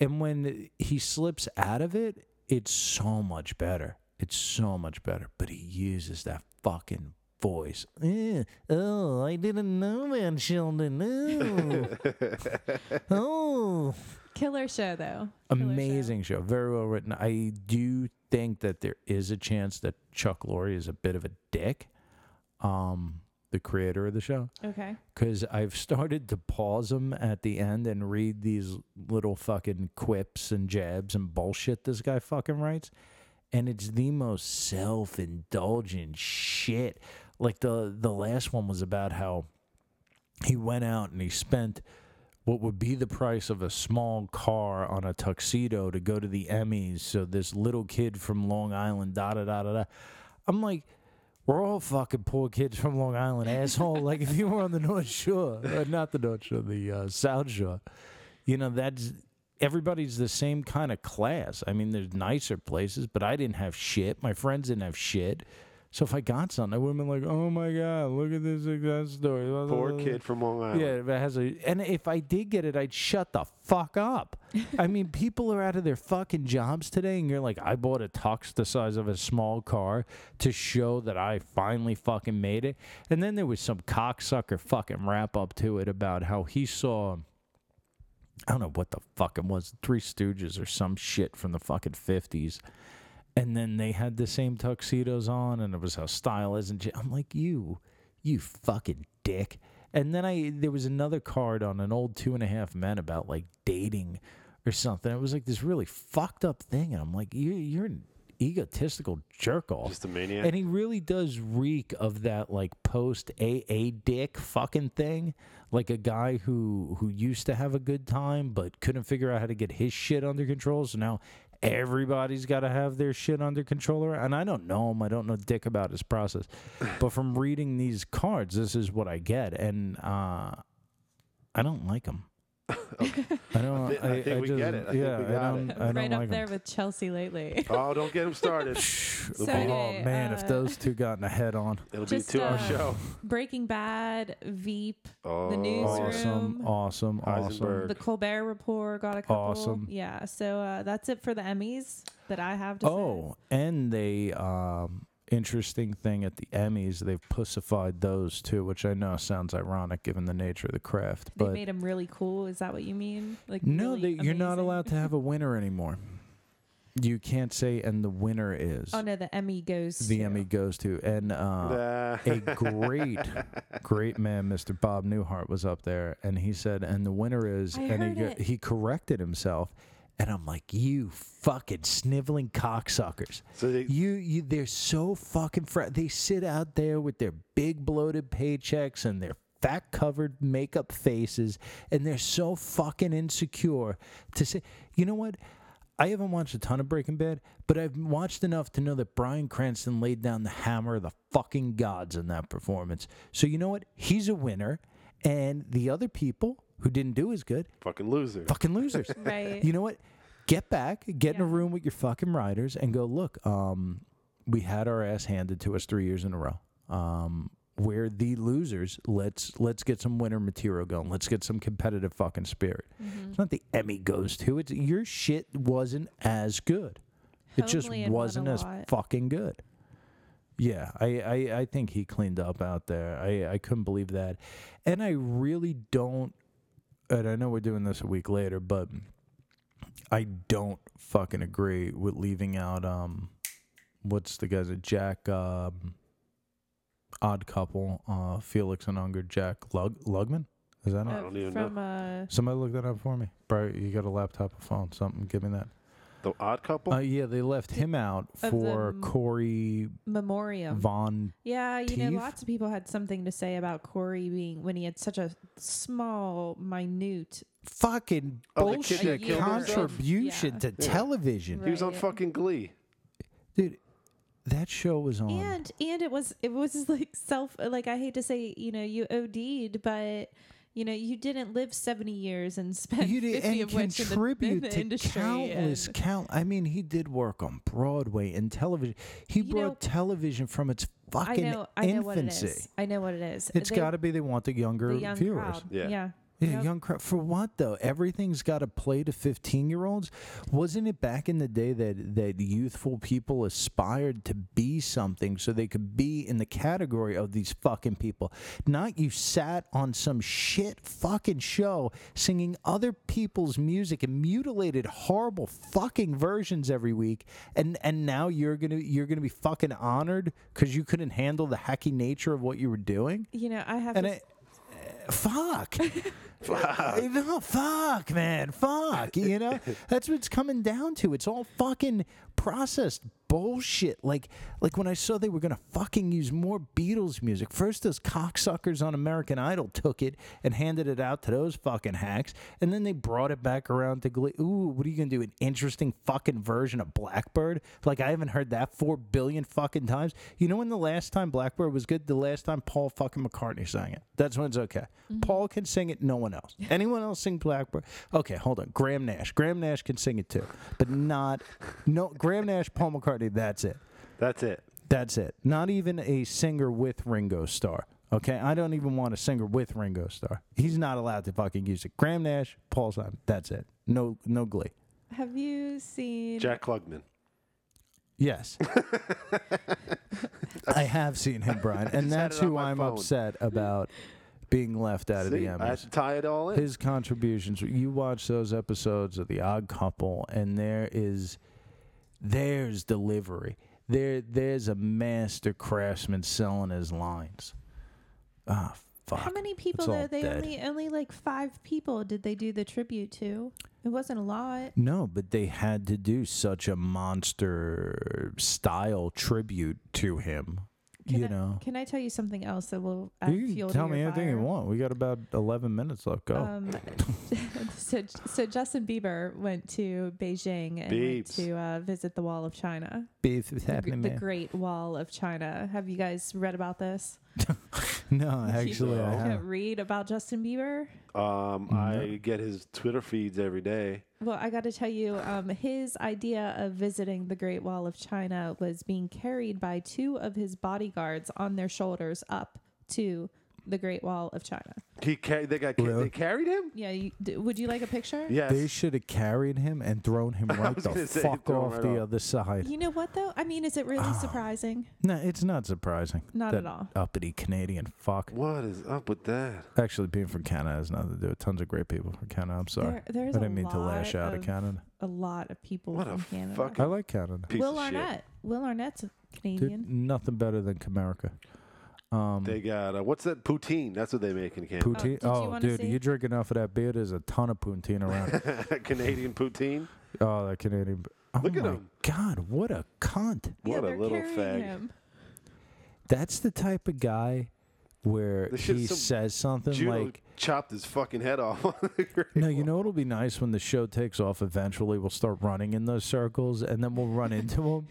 [SPEAKER 3] and when he slips out of it, it's so much better. It's so much better. But he uses that fucking voice. Eh, oh, I didn't know that, Sheldon. Oh, oh.
[SPEAKER 5] Killer show though. Killer show.
[SPEAKER 3] amazing show. Very well written. I do think that there is a chance that Chuck Lorre is a bit of a dick. Um, the creator of the show
[SPEAKER 5] Okay.
[SPEAKER 3] because I've started to pause them at the end and read these little fucking quips and jabs and bullshit this guy fucking writes. And it's the most self indulgent shit. Like the, the last one was about how he went out and he spent what would be the price of a small car on a tuxedo to go to the Emmys. So this little kid from Long Island, da da da da da. I'm like, we're all fucking poor kids from Long Island, asshole. like if you were on the North Shore, uh, not the North Shore, the uh, South Shore, you know that's everybody's the same kind of class. I mean, there's nicer places, but I didn't have shit. My friends didn't have shit. So if I got something, I would have been like, "Oh my god, look at this success story." blah, blah,
[SPEAKER 4] Poor
[SPEAKER 3] blah, blah."
[SPEAKER 4] kid from Long Island.
[SPEAKER 3] Yeah, if it has a. And if I did get it, I'd shut the fuck up. I mean, people are out of their fucking jobs today, and you're like, I bought a tux the size of a small car to show that I finally fucking made it. And then there was some cocksucker fucking wrap up to it about how he saw I don't know what the fuck it was, Three Stooges or some shit from the fucking fifties. And then they had the same tuxedos on, and it was how style is and shit. I'm like, you, you fucking dick. And then I there was another card on an old Two and a Half Men about like dating or something. It was like this really fucked up thing, and I'm like, you, you're an egotistical jerk off.
[SPEAKER 4] Just a maniac.
[SPEAKER 3] And he really does reek of that like post AA dick fucking thing, like a guy who who used to have a good time but couldn't figure out how to get his shit under control. So now everybody's got to have their shit under control. around- And I don't know him. I don't know dick about his process, but from reading these cards, this is what I get, and uh, I don't like him. I don't. I,
[SPEAKER 4] thi- I think
[SPEAKER 3] I
[SPEAKER 4] we
[SPEAKER 3] just-
[SPEAKER 4] get it. I think
[SPEAKER 3] yeah,
[SPEAKER 4] we got
[SPEAKER 3] I don't.
[SPEAKER 4] it.
[SPEAKER 3] I don't
[SPEAKER 5] right up
[SPEAKER 3] like him.
[SPEAKER 5] there with Chelsea lately.
[SPEAKER 4] Oh, don't get him started.
[SPEAKER 3] Oh
[SPEAKER 5] Sorry,
[SPEAKER 3] man, if
[SPEAKER 5] uh,
[SPEAKER 3] those two got in a head on.
[SPEAKER 4] It'll be a
[SPEAKER 5] Just,
[SPEAKER 4] two-hour
[SPEAKER 5] uh,
[SPEAKER 4] show.
[SPEAKER 5] Breaking Bad, Veep,
[SPEAKER 4] Oh,
[SPEAKER 5] the newsroom,
[SPEAKER 3] Awesome, awesome,
[SPEAKER 4] Heisenberg.
[SPEAKER 3] awesome.
[SPEAKER 5] the Colbert Report got a couple.
[SPEAKER 3] Awesome.
[SPEAKER 5] Yeah. So uh, that's it for the Emmys that I have to
[SPEAKER 3] Oh, and they um interesting thing at the Emmys, they've pussified those too, which I know sounds ironic given the nature of the craft.
[SPEAKER 5] say. They
[SPEAKER 3] But
[SPEAKER 5] made him really cool. Is that what you mean? Like
[SPEAKER 3] no,
[SPEAKER 5] really
[SPEAKER 3] they, you're not
[SPEAKER 5] amazing?
[SPEAKER 3] allowed to have a winner anymore. You can't say and the winner is.
[SPEAKER 5] Oh no, the Emmy goes.
[SPEAKER 3] the
[SPEAKER 5] to-
[SPEAKER 3] Emmy goes to and uh,
[SPEAKER 4] Nah.
[SPEAKER 3] a great, great man, Mr. Bob Newhart, was up there, and he said, "And the winner is,"
[SPEAKER 5] I
[SPEAKER 3] and he
[SPEAKER 5] heard
[SPEAKER 3] go-
[SPEAKER 5] it.
[SPEAKER 3] he corrected himself, and I'm like, "You fucking sniveling cocksuckers!
[SPEAKER 4] So they-
[SPEAKER 3] you, you, they're so fucking fr- They sit out there with their big bloated paychecks and their." Fat covered makeup faces, and they're so fucking insecure to say, you know what? I haven't watched a ton of Breaking Bad, but I've watched enough to know that Brian Cranston laid down the hammer of the fucking gods in that performance. So you know what? He's a winner, and the other people who didn't do as good,
[SPEAKER 4] Fucking loser.
[SPEAKER 3] fucking losers.
[SPEAKER 5] Right.
[SPEAKER 3] You know what? Get back, get in a
[SPEAKER 5] Yeah.
[SPEAKER 3] room with your fucking writers, and go look. Um, we had our ass handed to us three years in a row. Um, we're the losers. Let's let's get some winner material going. Let's get some competitive fucking spirit.
[SPEAKER 5] Mm-hmm.
[SPEAKER 3] It's not the Emmy goes to. It's your shit wasn't as good. It just
[SPEAKER 5] Homelander won a
[SPEAKER 3] wasn't as
[SPEAKER 5] lot.
[SPEAKER 3] fucking good. Yeah, I, I, I think he cleaned up out there. I, I couldn't believe that. And I really don't, and I know we're doing this a week later, but I don't fucking agree with leaving out, um, what's the guy's, name? Jack, um, odd couple, uh, Felix and Unger, Jack Lug, Lugman? Is that
[SPEAKER 5] Uh,
[SPEAKER 3] it?
[SPEAKER 4] don't even
[SPEAKER 5] from uh,
[SPEAKER 3] Somebody look that up for me. Bro, you got a laptop, a phone, something. Give me that.
[SPEAKER 4] The odd couple?
[SPEAKER 3] Uh, yeah, they left him out
[SPEAKER 5] the
[SPEAKER 3] for
[SPEAKER 5] m-
[SPEAKER 3] Corey
[SPEAKER 5] Memoriam.
[SPEAKER 3] Von
[SPEAKER 5] Yeah, you know,
[SPEAKER 3] Teeth?
[SPEAKER 5] lots of people had something to say about Corey being when he had such a small, minute.
[SPEAKER 3] fucking
[SPEAKER 4] Oh, the kid
[SPEAKER 3] bullshit
[SPEAKER 4] that killed himself?
[SPEAKER 3] contribution
[SPEAKER 5] Yeah.
[SPEAKER 3] to television.
[SPEAKER 4] he was on
[SPEAKER 5] Right.
[SPEAKER 4] fucking Glee.
[SPEAKER 3] Dude, that show was on.
[SPEAKER 5] And and it was it was like self like I hate to say you know you OD'd, but you know you didn't live seventy years and spend
[SPEAKER 3] you did
[SPEAKER 5] fifty
[SPEAKER 3] and
[SPEAKER 5] of which in the, in
[SPEAKER 3] contribute
[SPEAKER 5] the
[SPEAKER 3] to
[SPEAKER 5] industry.
[SPEAKER 3] countless
[SPEAKER 5] and-
[SPEAKER 3] count. I mean, he did work on Broadway and television. He
[SPEAKER 5] You
[SPEAKER 3] brought
[SPEAKER 5] know-
[SPEAKER 3] television from its
[SPEAKER 5] I
[SPEAKER 3] fucking
[SPEAKER 5] know I know what it
[SPEAKER 3] infancy.
[SPEAKER 5] is. I know what it is.
[SPEAKER 3] It's got to be they want the younger
[SPEAKER 5] the young
[SPEAKER 3] viewers.
[SPEAKER 5] crowd.
[SPEAKER 4] Yeah.
[SPEAKER 5] yeah.
[SPEAKER 3] Yeah,
[SPEAKER 5] Yep.
[SPEAKER 3] young crowd. For what though? Everything's got to play to fifteen-year-olds. Wasn't it back in the day that that youthful people aspired to be something so they could be in the category of these fucking people? Not you sat on some shit fucking show singing other people's music and mutilated horrible fucking versions every week, and and now you're gonna you're gonna be fucking honored because you couldn't handle the hacky nature of what you were doing.
[SPEAKER 5] You know I have
[SPEAKER 3] And
[SPEAKER 5] to
[SPEAKER 3] it, uh, fuck. fuck. No, fuck, man. Fuck. You know, that's what it's coming down to. It's all fucking processed bullshit. Like, like when I saw they were going to fucking use more Beatles music, first those cocksuckers on American Idol took it and handed it out to those fucking hacks. And then they brought it back around to Glee. Ooh, what are you going to do? An interesting fucking version of Blackbird? Like, I haven't heard that four billion fucking times. You know when the last time Blackbird was good? The last time Paul fucking McCartney sang it. That's when it's okay. Paul can sing it, no one else. Anyone else sing Blackbird? Okay, hold on. Graham Nash. Graham Nash can sing it too, but not, no, Graham Nash, Paul McCartney, that's it.
[SPEAKER 4] That's it.
[SPEAKER 3] That's it. Not even a singer with Ringo Starr. Okay, I don't even want a singer with Ringo Starr. He's not allowed to fucking use it. Graham Nash, Paul Simon. That's it. No, no Glee.
[SPEAKER 5] have you seen
[SPEAKER 4] Jack Klugman.
[SPEAKER 3] Yes, I have seen him, Brian, and
[SPEAKER 4] had
[SPEAKER 3] that's
[SPEAKER 4] it on
[SPEAKER 3] who
[SPEAKER 4] my
[SPEAKER 3] I'm
[SPEAKER 4] phone.
[SPEAKER 3] upset about being left out of
[SPEAKER 4] See,
[SPEAKER 3] the
[SPEAKER 4] I
[SPEAKER 3] Emmys.
[SPEAKER 4] had to tie it all in.
[SPEAKER 3] his contributions you watch those episodes of the odd couple and there is there's delivery there there's a master craftsman selling his lines ah fuck
[SPEAKER 5] How many people
[SPEAKER 3] It's all
[SPEAKER 5] though? They
[SPEAKER 3] dead.
[SPEAKER 5] only only like five people did they do the tribute to. It wasn't a lot.
[SPEAKER 3] no but they had to do such a monster style tribute to him
[SPEAKER 5] Can
[SPEAKER 3] you
[SPEAKER 5] I,
[SPEAKER 3] know
[SPEAKER 5] Can I tell you something else that will add
[SPEAKER 3] you can
[SPEAKER 5] fuel to
[SPEAKER 3] tell
[SPEAKER 5] your
[SPEAKER 3] me anything you
[SPEAKER 5] fire?
[SPEAKER 3] want we got about 11 minutes left go
[SPEAKER 5] Um, so, so Justin Bieber went to Beijing and went
[SPEAKER 4] Biebs.
[SPEAKER 5] to uh, visit the Wall of China,
[SPEAKER 3] beef is
[SPEAKER 5] the,
[SPEAKER 3] happening
[SPEAKER 5] the Great Wall of China. Have you guys read about this?
[SPEAKER 3] no actually
[SPEAKER 5] you
[SPEAKER 3] I
[SPEAKER 5] can't
[SPEAKER 3] have.
[SPEAKER 5] read about Justin Bieber.
[SPEAKER 4] Um, I get his Twitter feeds every day.
[SPEAKER 5] Well, I got to tell you, um, his idea of visiting the Great Wall of China was being carried by two of his bodyguards on their shoulders up to the Great Wall of China.
[SPEAKER 4] He ca- they got ca-
[SPEAKER 3] Really?
[SPEAKER 4] they carried him.
[SPEAKER 5] Yeah, you, d- would you like a picture?
[SPEAKER 4] Yes.
[SPEAKER 3] They should have carried him and thrown him right
[SPEAKER 4] was
[SPEAKER 3] the
[SPEAKER 4] gonna say,
[SPEAKER 3] fuck
[SPEAKER 4] throw him
[SPEAKER 3] off
[SPEAKER 4] right
[SPEAKER 3] the
[SPEAKER 4] off.
[SPEAKER 3] other side.
[SPEAKER 5] You know what though? I mean, is it
[SPEAKER 4] Ah.
[SPEAKER 5] really surprising?
[SPEAKER 3] No, it's not surprising.
[SPEAKER 5] Not
[SPEAKER 3] that
[SPEAKER 5] at all.
[SPEAKER 3] Uppity Canadian fuck.
[SPEAKER 4] what is up with that?
[SPEAKER 3] Actually, being from Canada has nothing to do with tons of great people from Canada. I'm sorry.
[SPEAKER 5] There- there's
[SPEAKER 3] I didn't
[SPEAKER 5] a
[SPEAKER 3] mean to lash
[SPEAKER 5] lot
[SPEAKER 3] out
[SPEAKER 5] of
[SPEAKER 3] at Canada.
[SPEAKER 5] A lot of people
[SPEAKER 4] What
[SPEAKER 5] from
[SPEAKER 4] a
[SPEAKER 5] Canada.
[SPEAKER 4] fucking
[SPEAKER 3] I like Canada.
[SPEAKER 4] Piece
[SPEAKER 5] Will
[SPEAKER 4] of shit.
[SPEAKER 5] Arnett. Will Arnett's a
[SPEAKER 3] Dude,
[SPEAKER 5] Canadian.
[SPEAKER 3] nothing better than Comerica. Um,
[SPEAKER 4] They got uh, what's that poutine? That's what they make in Canada.
[SPEAKER 3] poutine.
[SPEAKER 5] did you
[SPEAKER 3] Oh,
[SPEAKER 5] wanna
[SPEAKER 3] dude,
[SPEAKER 5] see?
[SPEAKER 3] you drink enough of that beer, there's a ton of poutine around.
[SPEAKER 4] Canadian poutine.
[SPEAKER 3] oh, that Canadian. Oh
[SPEAKER 4] Look at
[SPEAKER 3] my
[SPEAKER 4] him.
[SPEAKER 3] God, what a cunt.
[SPEAKER 5] Yeah,
[SPEAKER 4] What a
[SPEAKER 5] they're
[SPEAKER 4] little
[SPEAKER 5] carrying
[SPEAKER 4] fag.
[SPEAKER 5] him.
[SPEAKER 3] That's the type of guy where
[SPEAKER 4] This shit's
[SPEAKER 3] he
[SPEAKER 4] some
[SPEAKER 3] says something
[SPEAKER 4] Juno
[SPEAKER 3] like,
[SPEAKER 4] chopped his fucking head off. on the great
[SPEAKER 3] No,
[SPEAKER 4] wall.
[SPEAKER 3] you know what'll be nice when the show takes off. Eventually, we'll start running in those circles, and then we'll run into him.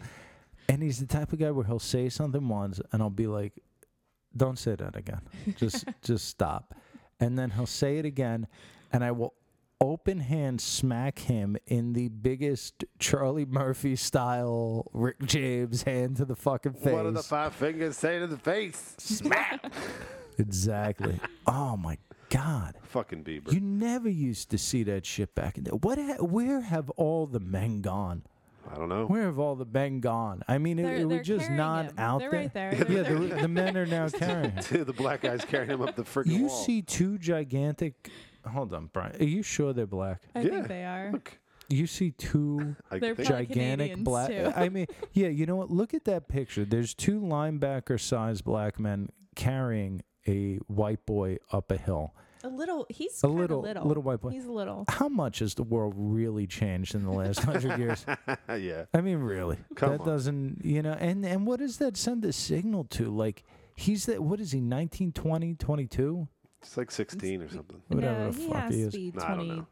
[SPEAKER 3] And he's the type of guy where he'll say something once, and I'll be like, "Don't say that again. Just, just stop." And then he'll say it again, and I will open hand smack him in the biggest Charlie Murphy style Rick James hand to the fucking face.
[SPEAKER 4] What do the five fingers say to the face?
[SPEAKER 3] exactly. oh my god.
[SPEAKER 4] Fucking Bieber.
[SPEAKER 3] You never used to see that shit back in the What? Ha- where have all the men gone?
[SPEAKER 4] I don't know.
[SPEAKER 3] Where have all the men gone? I mean, it,
[SPEAKER 5] They're-
[SPEAKER 3] it
[SPEAKER 5] they're
[SPEAKER 3] was just
[SPEAKER 5] carrying
[SPEAKER 3] not
[SPEAKER 5] him.
[SPEAKER 3] out
[SPEAKER 5] They're
[SPEAKER 3] there.
[SPEAKER 5] right there. They're-
[SPEAKER 3] yeah,
[SPEAKER 5] they're
[SPEAKER 3] the, the men are now carrying. him.
[SPEAKER 4] the black guy's carrying him up the freaking
[SPEAKER 3] You
[SPEAKER 4] wall.
[SPEAKER 3] see two gigantic. Hold on, Brian. Are you sure they're black?
[SPEAKER 5] I
[SPEAKER 4] Yeah.
[SPEAKER 5] think they are.
[SPEAKER 4] Look,
[SPEAKER 3] You see two
[SPEAKER 4] I
[SPEAKER 5] They're
[SPEAKER 4] think
[SPEAKER 5] probably
[SPEAKER 3] gigantic
[SPEAKER 5] Canadians,
[SPEAKER 3] black.
[SPEAKER 5] too.
[SPEAKER 3] I mean, yeah. You know what? Look at that picture. There's two linebacker-sized black men carrying a white boy up a hill.
[SPEAKER 5] A little. He's
[SPEAKER 3] A
[SPEAKER 5] kinda
[SPEAKER 3] little-
[SPEAKER 5] little.
[SPEAKER 3] little white boy.
[SPEAKER 5] He's little.
[SPEAKER 3] How much has the world really changed in the last hundred years?
[SPEAKER 4] yeah.
[SPEAKER 3] I mean, really,
[SPEAKER 4] Come
[SPEAKER 3] that
[SPEAKER 4] on.
[SPEAKER 3] doesn't, you know, and and what does that send a signal to? Like, he's that. What is he? 19, 20, 22?
[SPEAKER 4] It's like 16 or something.
[SPEAKER 3] Whatever
[SPEAKER 5] no,
[SPEAKER 3] the
[SPEAKER 5] he
[SPEAKER 3] fuck
[SPEAKER 5] has
[SPEAKER 3] he
[SPEAKER 5] to
[SPEAKER 3] is.
[SPEAKER 5] be
[SPEAKER 4] No, I don't
[SPEAKER 5] 20,
[SPEAKER 4] know.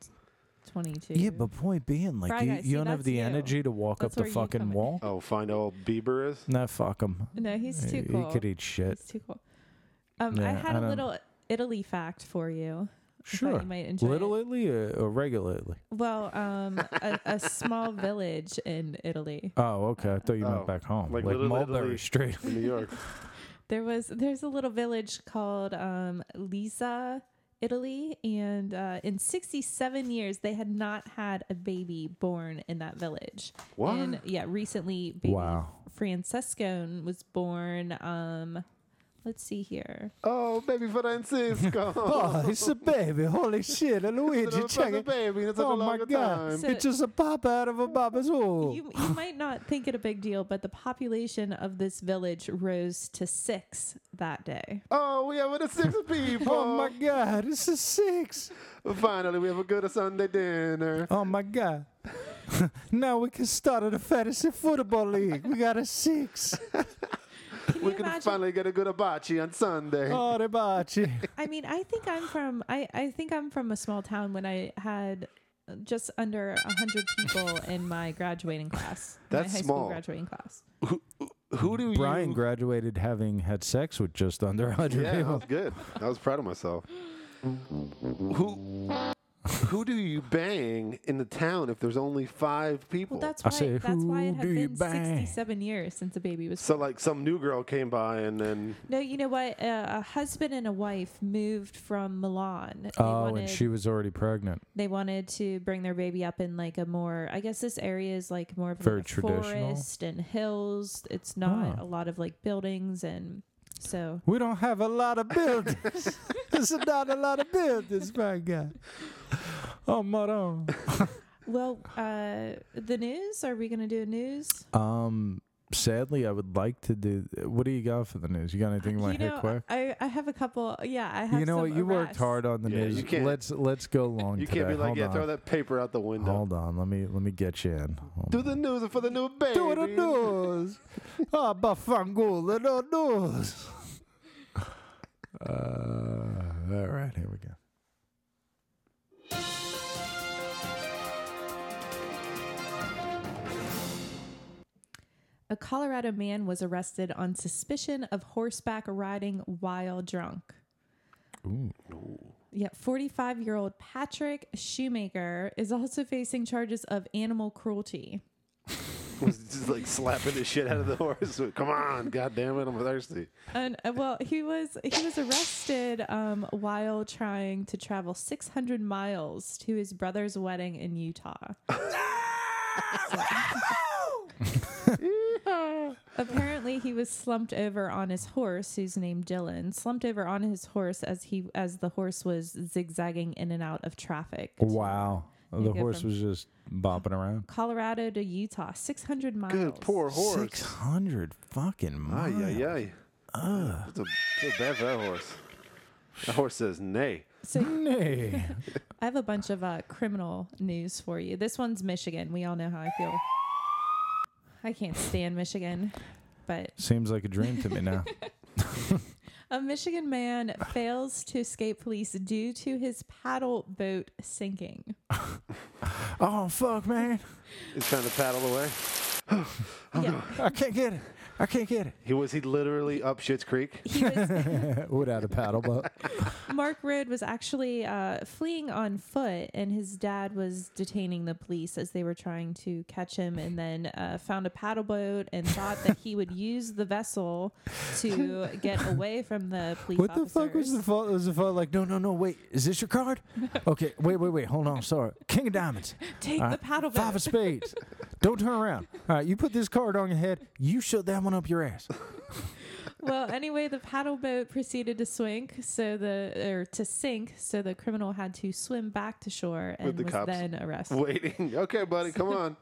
[SPEAKER 5] 22.
[SPEAKER 3] Yeah, but point being, like,
[SPEAKER 5] Fry
[SPEAKER 3] you,
[SPEAKER 5] guy, see,
[SPEAKER 3] you don't have
[SPEAKER 5] that's
[SPEAKER 3] the
[SPEAKER 5] you.
[SPEAKER 3] energy to walk
[SPEAKER 5] That's
[SPEAKER 3] up
[SPEAKER 5] where
[SPEAKER 3] the
[SPEAKER 5] you
[SPEAKER 3] fucking
[SPEAKER 5] come in.
[SPEAKER 3] wall.
[SPEAKER 4] Oh, find old Bieber is?
[SPEAKER 3] Nah, fuck him.
[SPEAKER 5] no, he's too
[SPEAKER 3] he,
[SPEAKER 5] cool.
[SPEAKER 3] he could eat shit.
[SPEAKER 5] It's too cool. Um, I
[SPEAKER 3] Yeah,
[SPEAKER 5] had
[SPEAKER 3] I
[SPEAKER 5] a
[SPEAKER 3] don't-
[SPEAKER 5] little Italy fact for you. I thought
[SPEAKER 3] Sure.
[SPEAKER 5] you might enjoy
[SPEAKER 3] Little
[SPEAKER 5] it.
[SPEAKER 3] Italy or, or regular Italy?
[SPEAKER 5] Well, um, a, a small village in Italy.
[SPEAKER 3] Oh, okay. I thought you
[SPEAKER 4] Oh,
[SPEAKER 3] meant back home.
[SPEAKER 4] like
[SPEAKER 3] Like,
[SPEAKER 4] Little
[SPEAKER 3] Mulberry
[SPEAKER 4] Italy.
[SPEAKER 3] Street.
[SPEAKER 4] In New York.
[SPEAKER 5] There was there's a little village called um, Lisa, Italy, and uh, in 67 years they had not had a baby born in that village.
[SPEAKER 4] What?
[SPEAKER 5] And yeah, recently baby
[SPEAKER 3] Wow.
[SPEAKER 5] Francescone was born. Um, let's see here.
[SPEAKER 4] Oh, baby Francisco.
[SPEAKER 3] Oh, it's a baby. Holy shit. And Luigi,
[SPEAKER 4] It's a baby. It's a
[SPEAKER 3] Oh, my
[SPEAKER 4] long
[SPEAKER 3] God.
[SPEAKER 4] time.
[SPEAKER 5] So-
[SPEAKER 3] it's just a pop out of a baba's hole.
[SPEAKER 5] You, you might not think it a big deal, but the population of this village rose to six that day.
[SPEAKER 4] Oh, we have the six people.
[SPEAKER 3] Oh my god, this is six.
[SPEAKER 4] Finally, we have a good Sunday dinner.
[SPEAKER 3] Oh my god. now we can start at a fantasy football league. We got a six.
[SPEAKER 5] Can
[SPEAKER 4] we
[SPEAKER 5] you
[SPEAKER 4] can
[SPEAKER 5] imagine?
[SPEAKER 4] finally get a good hibachi on Sunday.
[SPEAKER 3] Oh, Rebachi.
[SPEAKER 5] I mean, I think I'm from I, I think I'm from a small town when I had just under a hundred people in my graduating class.
[SPEAKER 4] That's
[SPEAKER 5] my high
[SPEAKER 4] small.
[SPEAKER 5] school graduating class.
[SPEAKER 4] Who do
[SPEAKER 3] Brian
[SPEAKER 4] you?
[SPEAKER 3] graduated having had sex with just under 100
[SPEAKER 4] Yeah, that
[SPEAKER 3] people.
[SPEAKER 4] was good. I was proud of myself. Who? Who do you bang in the town if there's only five people?
[SPEAKER 5] Well, that's
[SPEAKER 3] I
[SPEAKER 5] why
[SPEAKER 3] say,
[SPEAKER 5] that's why
[SPEAKER 3] "Who
[SPEAKER 5] it had
[SPEAKER 3] do you
[SPEAKER 5] been
[SPEAKER 3] bang?"
[SPEAKER 5] 67 years since a baby was.
[SPEAKER 4] so like some new girl came by and then
[SPEAKER 5] no, you know what? Uh, a husband and a wife moved from Milan. They
[SPEAKER 3] Oh,
[SPEAKER 5] wanted-
[SPEAKER 3] and she was already pregnant.
[SPEAKER 5] they wanted to bring their baby up in like a more i guess this area is like more of
[SPEAKER 3] Very
[SPEAKER 5] a
[SPEAKER 3] traditional.
[SPEAKER 5] forest and hills it's not
[SPEAKER 3] Ah.
[SPEAKER 5] a lot of like buildings and So
[SPEAKER 3] We don't have a lot of buildings. There's not a lot of buildings, my guy. Oh, maron.
[SPEAKER 5] Well, uh, the news. Are we going to do news?
[SPEAKER 3] Um, sadly, I would like to do. What do you got for the news? You got anything you want
[SPEAKER 5] Uh, you
[SPEAKER 3] to hit
[SPEAKER 5] know,
[SPEAKER 3] quick?
[SPEAKER 5] I, I have a couple. Yeah, I have.
[SPEAKER 3] You know
[SPEAKER 5] some
[SPEAKER 3] what? You worked
[SPEAKER 5] arrests.
[SPEAKER 3] hard on the
[SPEAKER 4] Yeah,
[SPEAKER 3] news.
[SPEAKER 4] you can't-
[SPEAKER 3] let's let's go long
[SPEAKER 4] You
[SPEAKER 3] today.
[SPEAKER 4] can't be like,
[SPEAKER 3] Hold
[SPEAKER 4] yeah,
[SPEAKER 3] on.
[SPEAKER 4] throw that paper out the window.
[SPEAKER 3] Hold on, let me let me get you in. Hold
[SPEAKER 4] Do
[SPEAKER 3] on.
[SPEAKER 4] the news for the new baby.
[SPEAKER 3] Do the news. Ah, Bafangul, the news. Uh, all right, here we go.
[SPEAKER 5] A Colorado man was arrested on suspicion of horseback riding while drunk. Yeah, 45 year old Patrick Shoemaker is also facing charges of animal cruelty.
[SPEAKER 4] Was just like slapping the shit out of the horse. Come on, god damn it, I'm thirsty.
[SPEAKER 5] And uh, well, he was he was arrested um, while trying to travel 600 miles to his brother's wedding in Utah. Apparently, he was slumped over on his horse, who's named Dylan, slumped over on his horse as he as the horse was zigzagging in and out of traffic.
[SPEAKER 3] Wow, the
[SPEAKER 5] go
[SPEAKER 3] horse
[SPEAKER 5] from-
[SPEAKER 3] was just bopping around.
[SPEAKER 5] Colorado to Utah, 600 miles.
[SPEAKER 4] Good poor
[SPEAKER 3] Six
[SPEAKER 4] horse.
[SPEAKER 3] hundred fucking
[SPEAKER 4] Ay,
[SPEAKER 3] miles.
[SPEAKER 4] ay, ay. That's a feel bad for that horse. That horse says nay.
[SPEAKER 5] So
[SPEAKER 3] Nay.
[SPEAKER 5] I have a bunch of uh, criminal news for you. This one's Michigan. We all know how I feel. I can't stand Michigan, but
[SPEAKER 3] Seems like a dream to me now.
[SPEAKER 5] a Michigan man fails to escape police due to his paddle boat sinking.
[SPEAKER 3] oh fuck, man!
[SPEAKER 4] He's trying to paddle away.
[SPEAKER 5] yeah,
[SPEAKER 3] I can't get it. I can't get
[SPEAKER 4] He was he literally up Shit's Creek.
[SPEAKER 5] he was
[SPEAKER 3] it without a paddle boat.
[SPEAKER 5] Mark Road was actually uh, fleeing on foot, and his dad was detaining the police as they were trying to catch him, and then uh, found a paddle boat and thought that he would use the vessel to get away from the police
[SPEAKER 3] What the fuck was
[SPEAKER 5] officers.
[SPEAKER 3] the fault? Was the fault like, no, no, no, wait, is this your card? Okay, wait, wait, wait, hold on, sorry. King of Diamonds.
[SPEAKER 5] Take
[SPEAKER 3] All
[SPEAKER 5] the
[SPEAKER 3] right,
[SPEAKER 5] paddle boat.
[SPEAKER 3] Five of Spades. Don't turn around. All right, you put this card on your head, you shove that one up your ass.
[SPEAKER 5] Uh, well, anyway, the paddle boat proceeded to swink, so the or to sink, so the criminal had to swim back to shore and
[SPEAKER 4] the
[SPEAKER 5] was
[SPEAKER 4] cops.
[SPEAKER 5] then arrested.
[SPEAKER 4] Waiting. Okay, buddy, come on.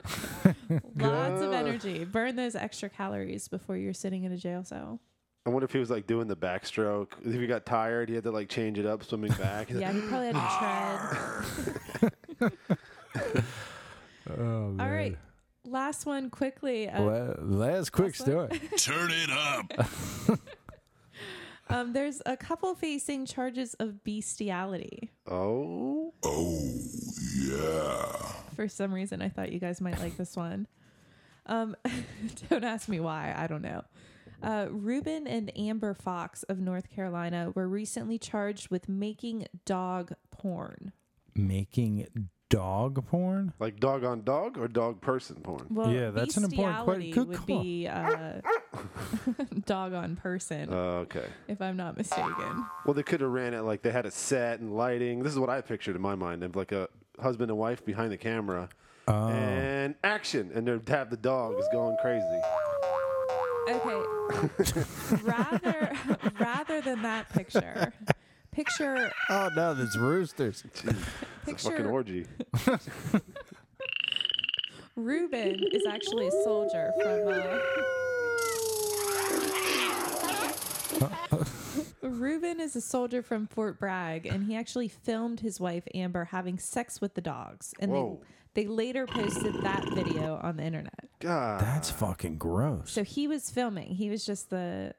[SPEAKER 5] Lots
[SPEAKER 4] uh,
[SPEAKER 5] of energy. Burn those extra calories before you're sitting in a jail cell.
[SPEAKER 4] I wonder if he was like doing the backstroke. If he got tired, he had to like change it up, swimming back.
[SPEAKER 5] Yeah, he probably had to tread.
[SPEAKER 3] Oh,
[SPEAKER 5] All right. Last one quickly. Uh,
[SPEAKER 3] La- last quick story.
[SPEAKER 8] Turn it up.
[SPEAKER 5] um, there's a couple facing charges of bestiality.
[SPEAKER 4] Oh,
[SPEAKER 5] For some reason, I thought you guys might like this one. Um, don't ask me why. I don't know. Uh, Ruben and Amber Fox of North Carolina were recently charged with making dog porn.
[SPEAKER 3] Making dog porn?
[SPEAKER 4] like dog on dog or dog person porn?
[SPEAKER 5] Well,
[SPEAKER 3] Yeah, that's an important que-
[SPEAKER 5] bestiality
[SPEAKER 3] good
[SPEAKER 5] would
[SPEAKER 3] call.
[SPEAKER 5] be uh, dog on person,
[SPEAKER 4] Okay.
[SPEAKER 5] if I'm not mistaken.
[SPEAKER 4] Well, they could have ran it like they had a set and lighting. This is what I pictured in my mind of like a husband and wife behind the camera. And action, and they'd have the dog is going crazy.
[SPEAKER 5] Okay. rather rather than that picture. Picture
[SPEAKER 3] Oh, no, that's roosters.
[SPEAKER 4] It's a fucking
[SPEAKER 5] picture
[SPEAKER 4] orgy.
[SPEAKER 5] Ruben is actually a soldier from uh, Reuben uh, is a soldier from Fort Bragg, and he actually filmed his wife Amber having sex with the dogs, and
[SPEAKER 4] Whoa.
[SPEAKER 5] they they later posted that video on the internet.
[SPEAKER 4] God,
[SPEAKER 3] That's fucking gross.
[SPEAKER 5] So he was filming; he was just the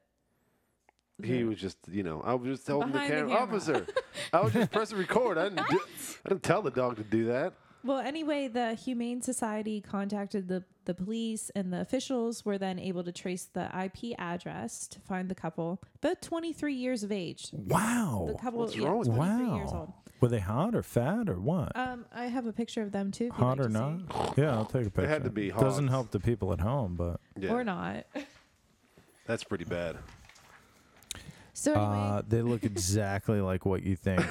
[SPEAKER 4] he was just you know I was just holding the
[SPEAKER 5] Behind the
[SPEAKER 4] camera,
[SPEAKER 5] camera.
[SPEAKER 4] officer. I was just pressing record. I didn't, do, I didn't tell the dog to do that.
[SPEAKER 5] Well, anyway, the Humane Society contacted the, the police, and the officials were then able to trace the IP address to find the couple, both 23 years of age.
[SPEAKER 3] Wow.
[SPEAKER 5] The couple,
[SPEAKER 4] what's wrong with that?
[SPEAKER 5] 23 years old.
[SPEAKER 3] Wow. Were they hot or fat or what?
[SPEAKER 5] Um, I have a picture of them too. if you'd
[SPEAKER 3] hot
[SPEAKER 5] like
[SPEAKER 3] or
[SPEAKER 5] to see.
[SPEAKER 3] not? Yeah, I'll take a picture.
[SPEAKER 4] had to be
[SPEAKER 3] Doesn't
[SPEAKER 4] hogs.
[SPEAKER 3] help the people at home, but
[SPEAKER 4] Yeah,
[SPEAKER 5] Or not.
[SPEAKER 4] That's pretty bad.
[SPEAKER 5] So anyway,
[SPEAKER 3] uh, they look exactly like what you think.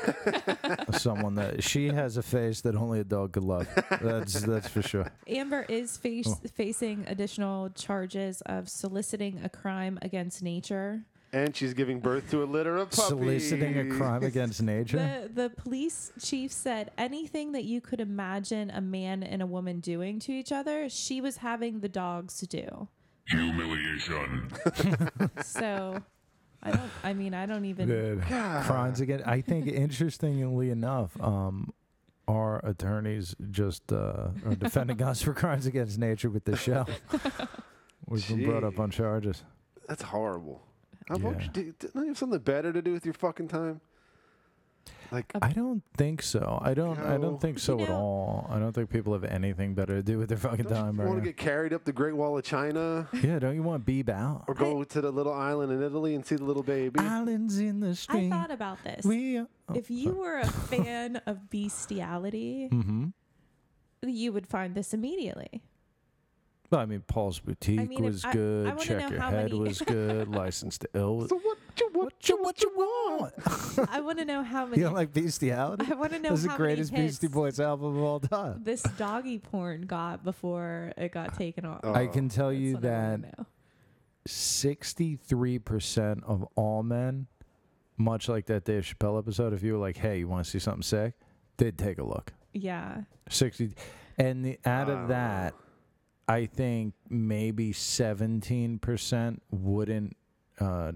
[SPEAKER 3] Someone that she has a face that only a dog could love. That's that's for sure.
[SPEAKER 5] Amber is
[SPEAKER 3] Oh.
[SPEAKER 5] face, facing additional charges of soliciting a crime against nature.
[SPEAKER 4] And she's giving birth to a litter of puppies.
[SPEAKER 3] soliciting a crime against nature.
[SPEAKER 5] The, the police chief said anything that you could imagine a man and a woman doing to each other, she was having the dogs do.
[SPEAKER 8] Humiliation.
[SPEAKER 5] So I don't, I mean, I don't even.
[SPEAKER 3] Dude, crimes against. I think interestingly enough, um, our attorneys just uh, are defending us for crimes against nature with this show. We've been brought up on charges.
[SPEAKER 4] That's horrible. How
[SPEAKER 3] Yeah.
[SPEAKER 4] yeah. you do, don't you have something better to do with your fucking time? Like,
[SPEAKER 3] I don't think so. I don't. I
[SPEAKER 4] No.
[SPEAKER 3] don't think so at
[SPEAKER 5] know-
[SPEAKER 3] all. I don't think people have anything better to do with their fucking time
[SPEAKER 4] want
[SPEAKER 3] right
[SPEAKER 4] to get carried up the Great Wall of China
[SPEAKER 3] now. Yeah, don't you want Beeb out?
[SPEAKER 4] or go to the little island in Italy and see the little baby?
[SPEAKER 3] Islands in the
[SPEAKER 5] I
[SPEAKER 3] stream.
[SPEAKER 5] thought about this.
[SPEAKER 3] we. are- oh, Hmm.
[SPEAKER 5] if you were a fan of bestiality,
[SPEAKER 3] Mm-hmm.
[SPEAKER 5] you would find this immediately.
[SPEAKER 3] well, I mean, Paul's Boutique
[SPEAKER 5] mean, if
[SPEAKER 3] was
[SPEAKER 5] I- I
[SPEAKER 3] good.
[SPEAKER 5] wanna
[SPEAKER 3] Check
[SPEAKER 5] know
[SPEAKER 3] Your
[SPEAKER 5] how
[SPEAKER 3] Head
[SPEAKER 5] many-
[SPEAKER 3] was good. Licensed to Ill. was-
[SPEAKER 4] so what you what,
[SPEAKER 3] you what you want?
[SPEAKER 5] I want to know how many.
[SPEAKER 3] You don't like bestiality?
[SPEAKER 5] I wanna know
[SPEAKER 3] This is the
[SPEAKER 5] how many
[SPEAKER 3] greatest
[SPEAKER 5] hits-
[SPEAKER 3] Beastie Boys album of all time.
[SPEAKER 5] this doggy porn got before it got taken off.
[SPEAKER 3] I can tell
[SPEAKER 5] That's
[SPEAKER 3] you
[SPEAKER 5] what I
[SPEAKER 3] that
[SPEAKER 5] wanna know.
[SPEAKER 3] sixty-three percent of all men, much like that Dave Chappelle episode, if you were like, "Hey, you want to see something sick?" They'd take a look.
[SPEAKER 5] Yeah.
[SPEAKER 3] Sixty, and the, out of that, I think maybe seventeen percent wouldn't, uh,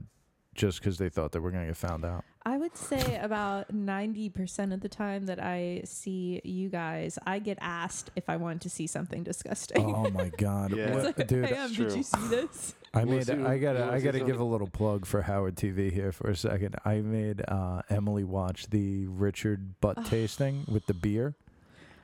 [SPEAKER 3] just because they thought they were gonna get found out.
[SPEAKER 5] I would say about 90% of the time that I see you guys, I get asked if I want to see something disgusting.
[SPEAKER 3] Oh my god,
[SPEAKER 4] Yeah.
[SPEAKER 3] What- dude!
[SPEAKER 5] hey, um, did
[SPEAKER 4] true.
[SPEAKER 5] you see this?
[SPEAKER 3] I
[SPEAKER 4] We'll
[SPEAKER 3] made.
[SPEAKER 4] see what-
[SPEAKER 3] I gotta.
[SPEAKER 4] we'll
[SPEAKER 3] I
[SPEAKER 4] see
[SPEAKER 3] gotta give a
[SPEAKER 4] something.
[SPEAKER 3] little plug for Howard TV here for a second. I made uh, Emily watch the Richard butt tasting with the beer.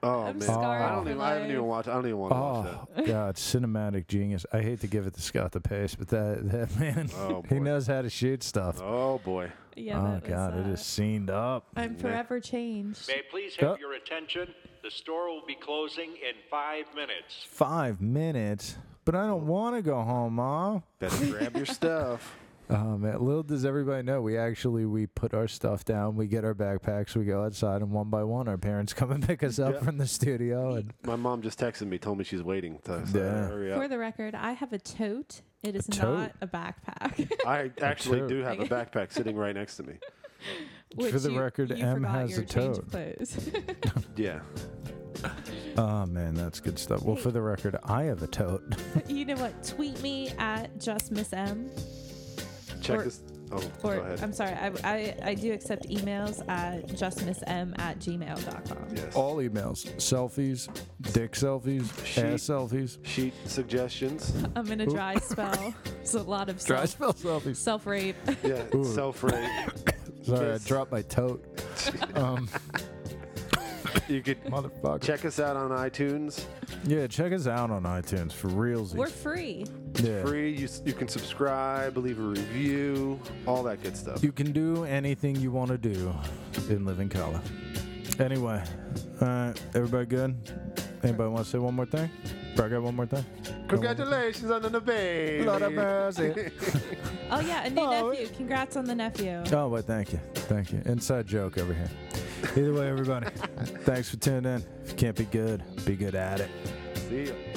[SPEAKER 4] Oh
[SPEAKER 5] I'm
[SPEAKER 4] man,
[SPEAKER 5] scarred
[SPEAKER 4] I don't
[SPEAKER 5] for
[SPEAKER 4] even. I haven't
[SPEAKER 5] life.
[SPEAKER 4] even watched. I don't even want to watch that.
[SPEAKER 3] Oh God, cinematic genius! I hate to give it to Scott the Pace, but that that man,
[SPEAKER 4] Oh,
[SPEAKER 3] he
[SPEAKER 4] boy.
[SPEAKER 3] knows how to shoot stuff. Oh,
[SPEAKER 4] Oh boy,
[SPEAKER 5] Yeah. that was,
[SPEAKER 3] God,
[SPEAKER 5] uh,
[SPEAKER 3] it is scened up.
[SPEAKER 5] I'm forever changed.
[SPEAKER 11] May I please have
[SPEAKER 3] Yep.
[SPEAKER 11] your attention? The store will be closing in five minutes.
[SPEAKER 3] Five minutes, but I don't want to go home, Mom.
[SPEAKER 4] better grab your stuff.
[SPEAKER 3] Oh man, little does everybody know, we actually we put our stuff down, we get our backpacks, we go outside, and one by one, our parents come and pick us up from the studio. And
[SPEAKER 4] My mom just texted me, told me she's waiting. To, so
[SPEAKER 3] Yeah.
[SPEAKER 4] hurry up.
[SPEAKER 5] For the record, I have a tote. It is not
[SPEAKER 3] tote?
[SPEAKER 5] a backpack.
[SPEAKER 4] I actually
[SPEAKER 3] too.
[SPEAKER 4] do have a backpack sitting right next to me.
[SPEAKER 5] which
[SPEAKER 3] the record, M
[SPEAKER 5] forgot
[SPEAKER 3] has
[SPEAKER 5] your
[SPEAKER 3] a
[SPEAKER 5] change
[SPEAKER 3] tote.
[SPEAKER 5] of clothes.
[SPEAKER 4] Yeah,
[SPEAKER 3] oh man, that's good stuff. Well, for the record, I have a tote.
[SPEAKER 5] you know what? Tweet me at just miss M.
[SPEAKER 4] check
[SPEAKER 5] Or-
[SPEAKER 4] this. Oh,
[SPEAKER 5] Or
[SPEAKER 4] go ahead.
[SPEAKER 5] I'm sorry, I, I, I do accept emails at justmissm at gmail.com.
[SPEAKER 4] yes.
[SPEAKER 3] All emails, selfies, dick selfies, ass
[SPEAKER 4] Sheet.
[SPEAKER 3] selfies,
[SPEAKER 4] sheet suggestions.
[SPEAKER 5] I'm in a dry spell. It's a lot of
[SPEAKER 3] dry
[SPEAKER 5] self,
[SPEAKER 3] spell selfies.
[SPEAKER 5] self rape.
[SPEAKER 4] Yeah, self rate.
[SPEAKER 3] Sorry, I
[SPEAKER 4] Kiss.
[SPEAKER 3] dropped my tote. Um,
[SPEAKER 4] You could
[SPEAKER 3] motherfucker.
[SPEAKER 4] check us out on iTunes.
[SPEAKER 3] Yeah, check us out on iTunes for reals.
[SPEAKER 5] We're free.
[SPEAKER 3] yeah.
[SPEAKER 4] Free. You s- you can subscribe, leave a review, all that good stuff.
[SPEAKER 3] You can do anything you want to do in living color. Anyway, all right, everybody good? Anybody want to say one more thing? Bro, I got one more thing.
[SPEAKER 4] Congratulations on the baby.
[SPEAKER 3] Lord have mercy.
[SPEAKER 5] Oh, yeah, a new
[SPEAKER 3] Oh,
[SPEAKER 5] nephew. Congrats on the nephew.
[SPEAKER 3] Oh, well, thank you. Thank you. Inside joke over here. Either way, everybody, thanks for tuning in. If you can't be good, be good at it.
[SPEAKER 4] See ya.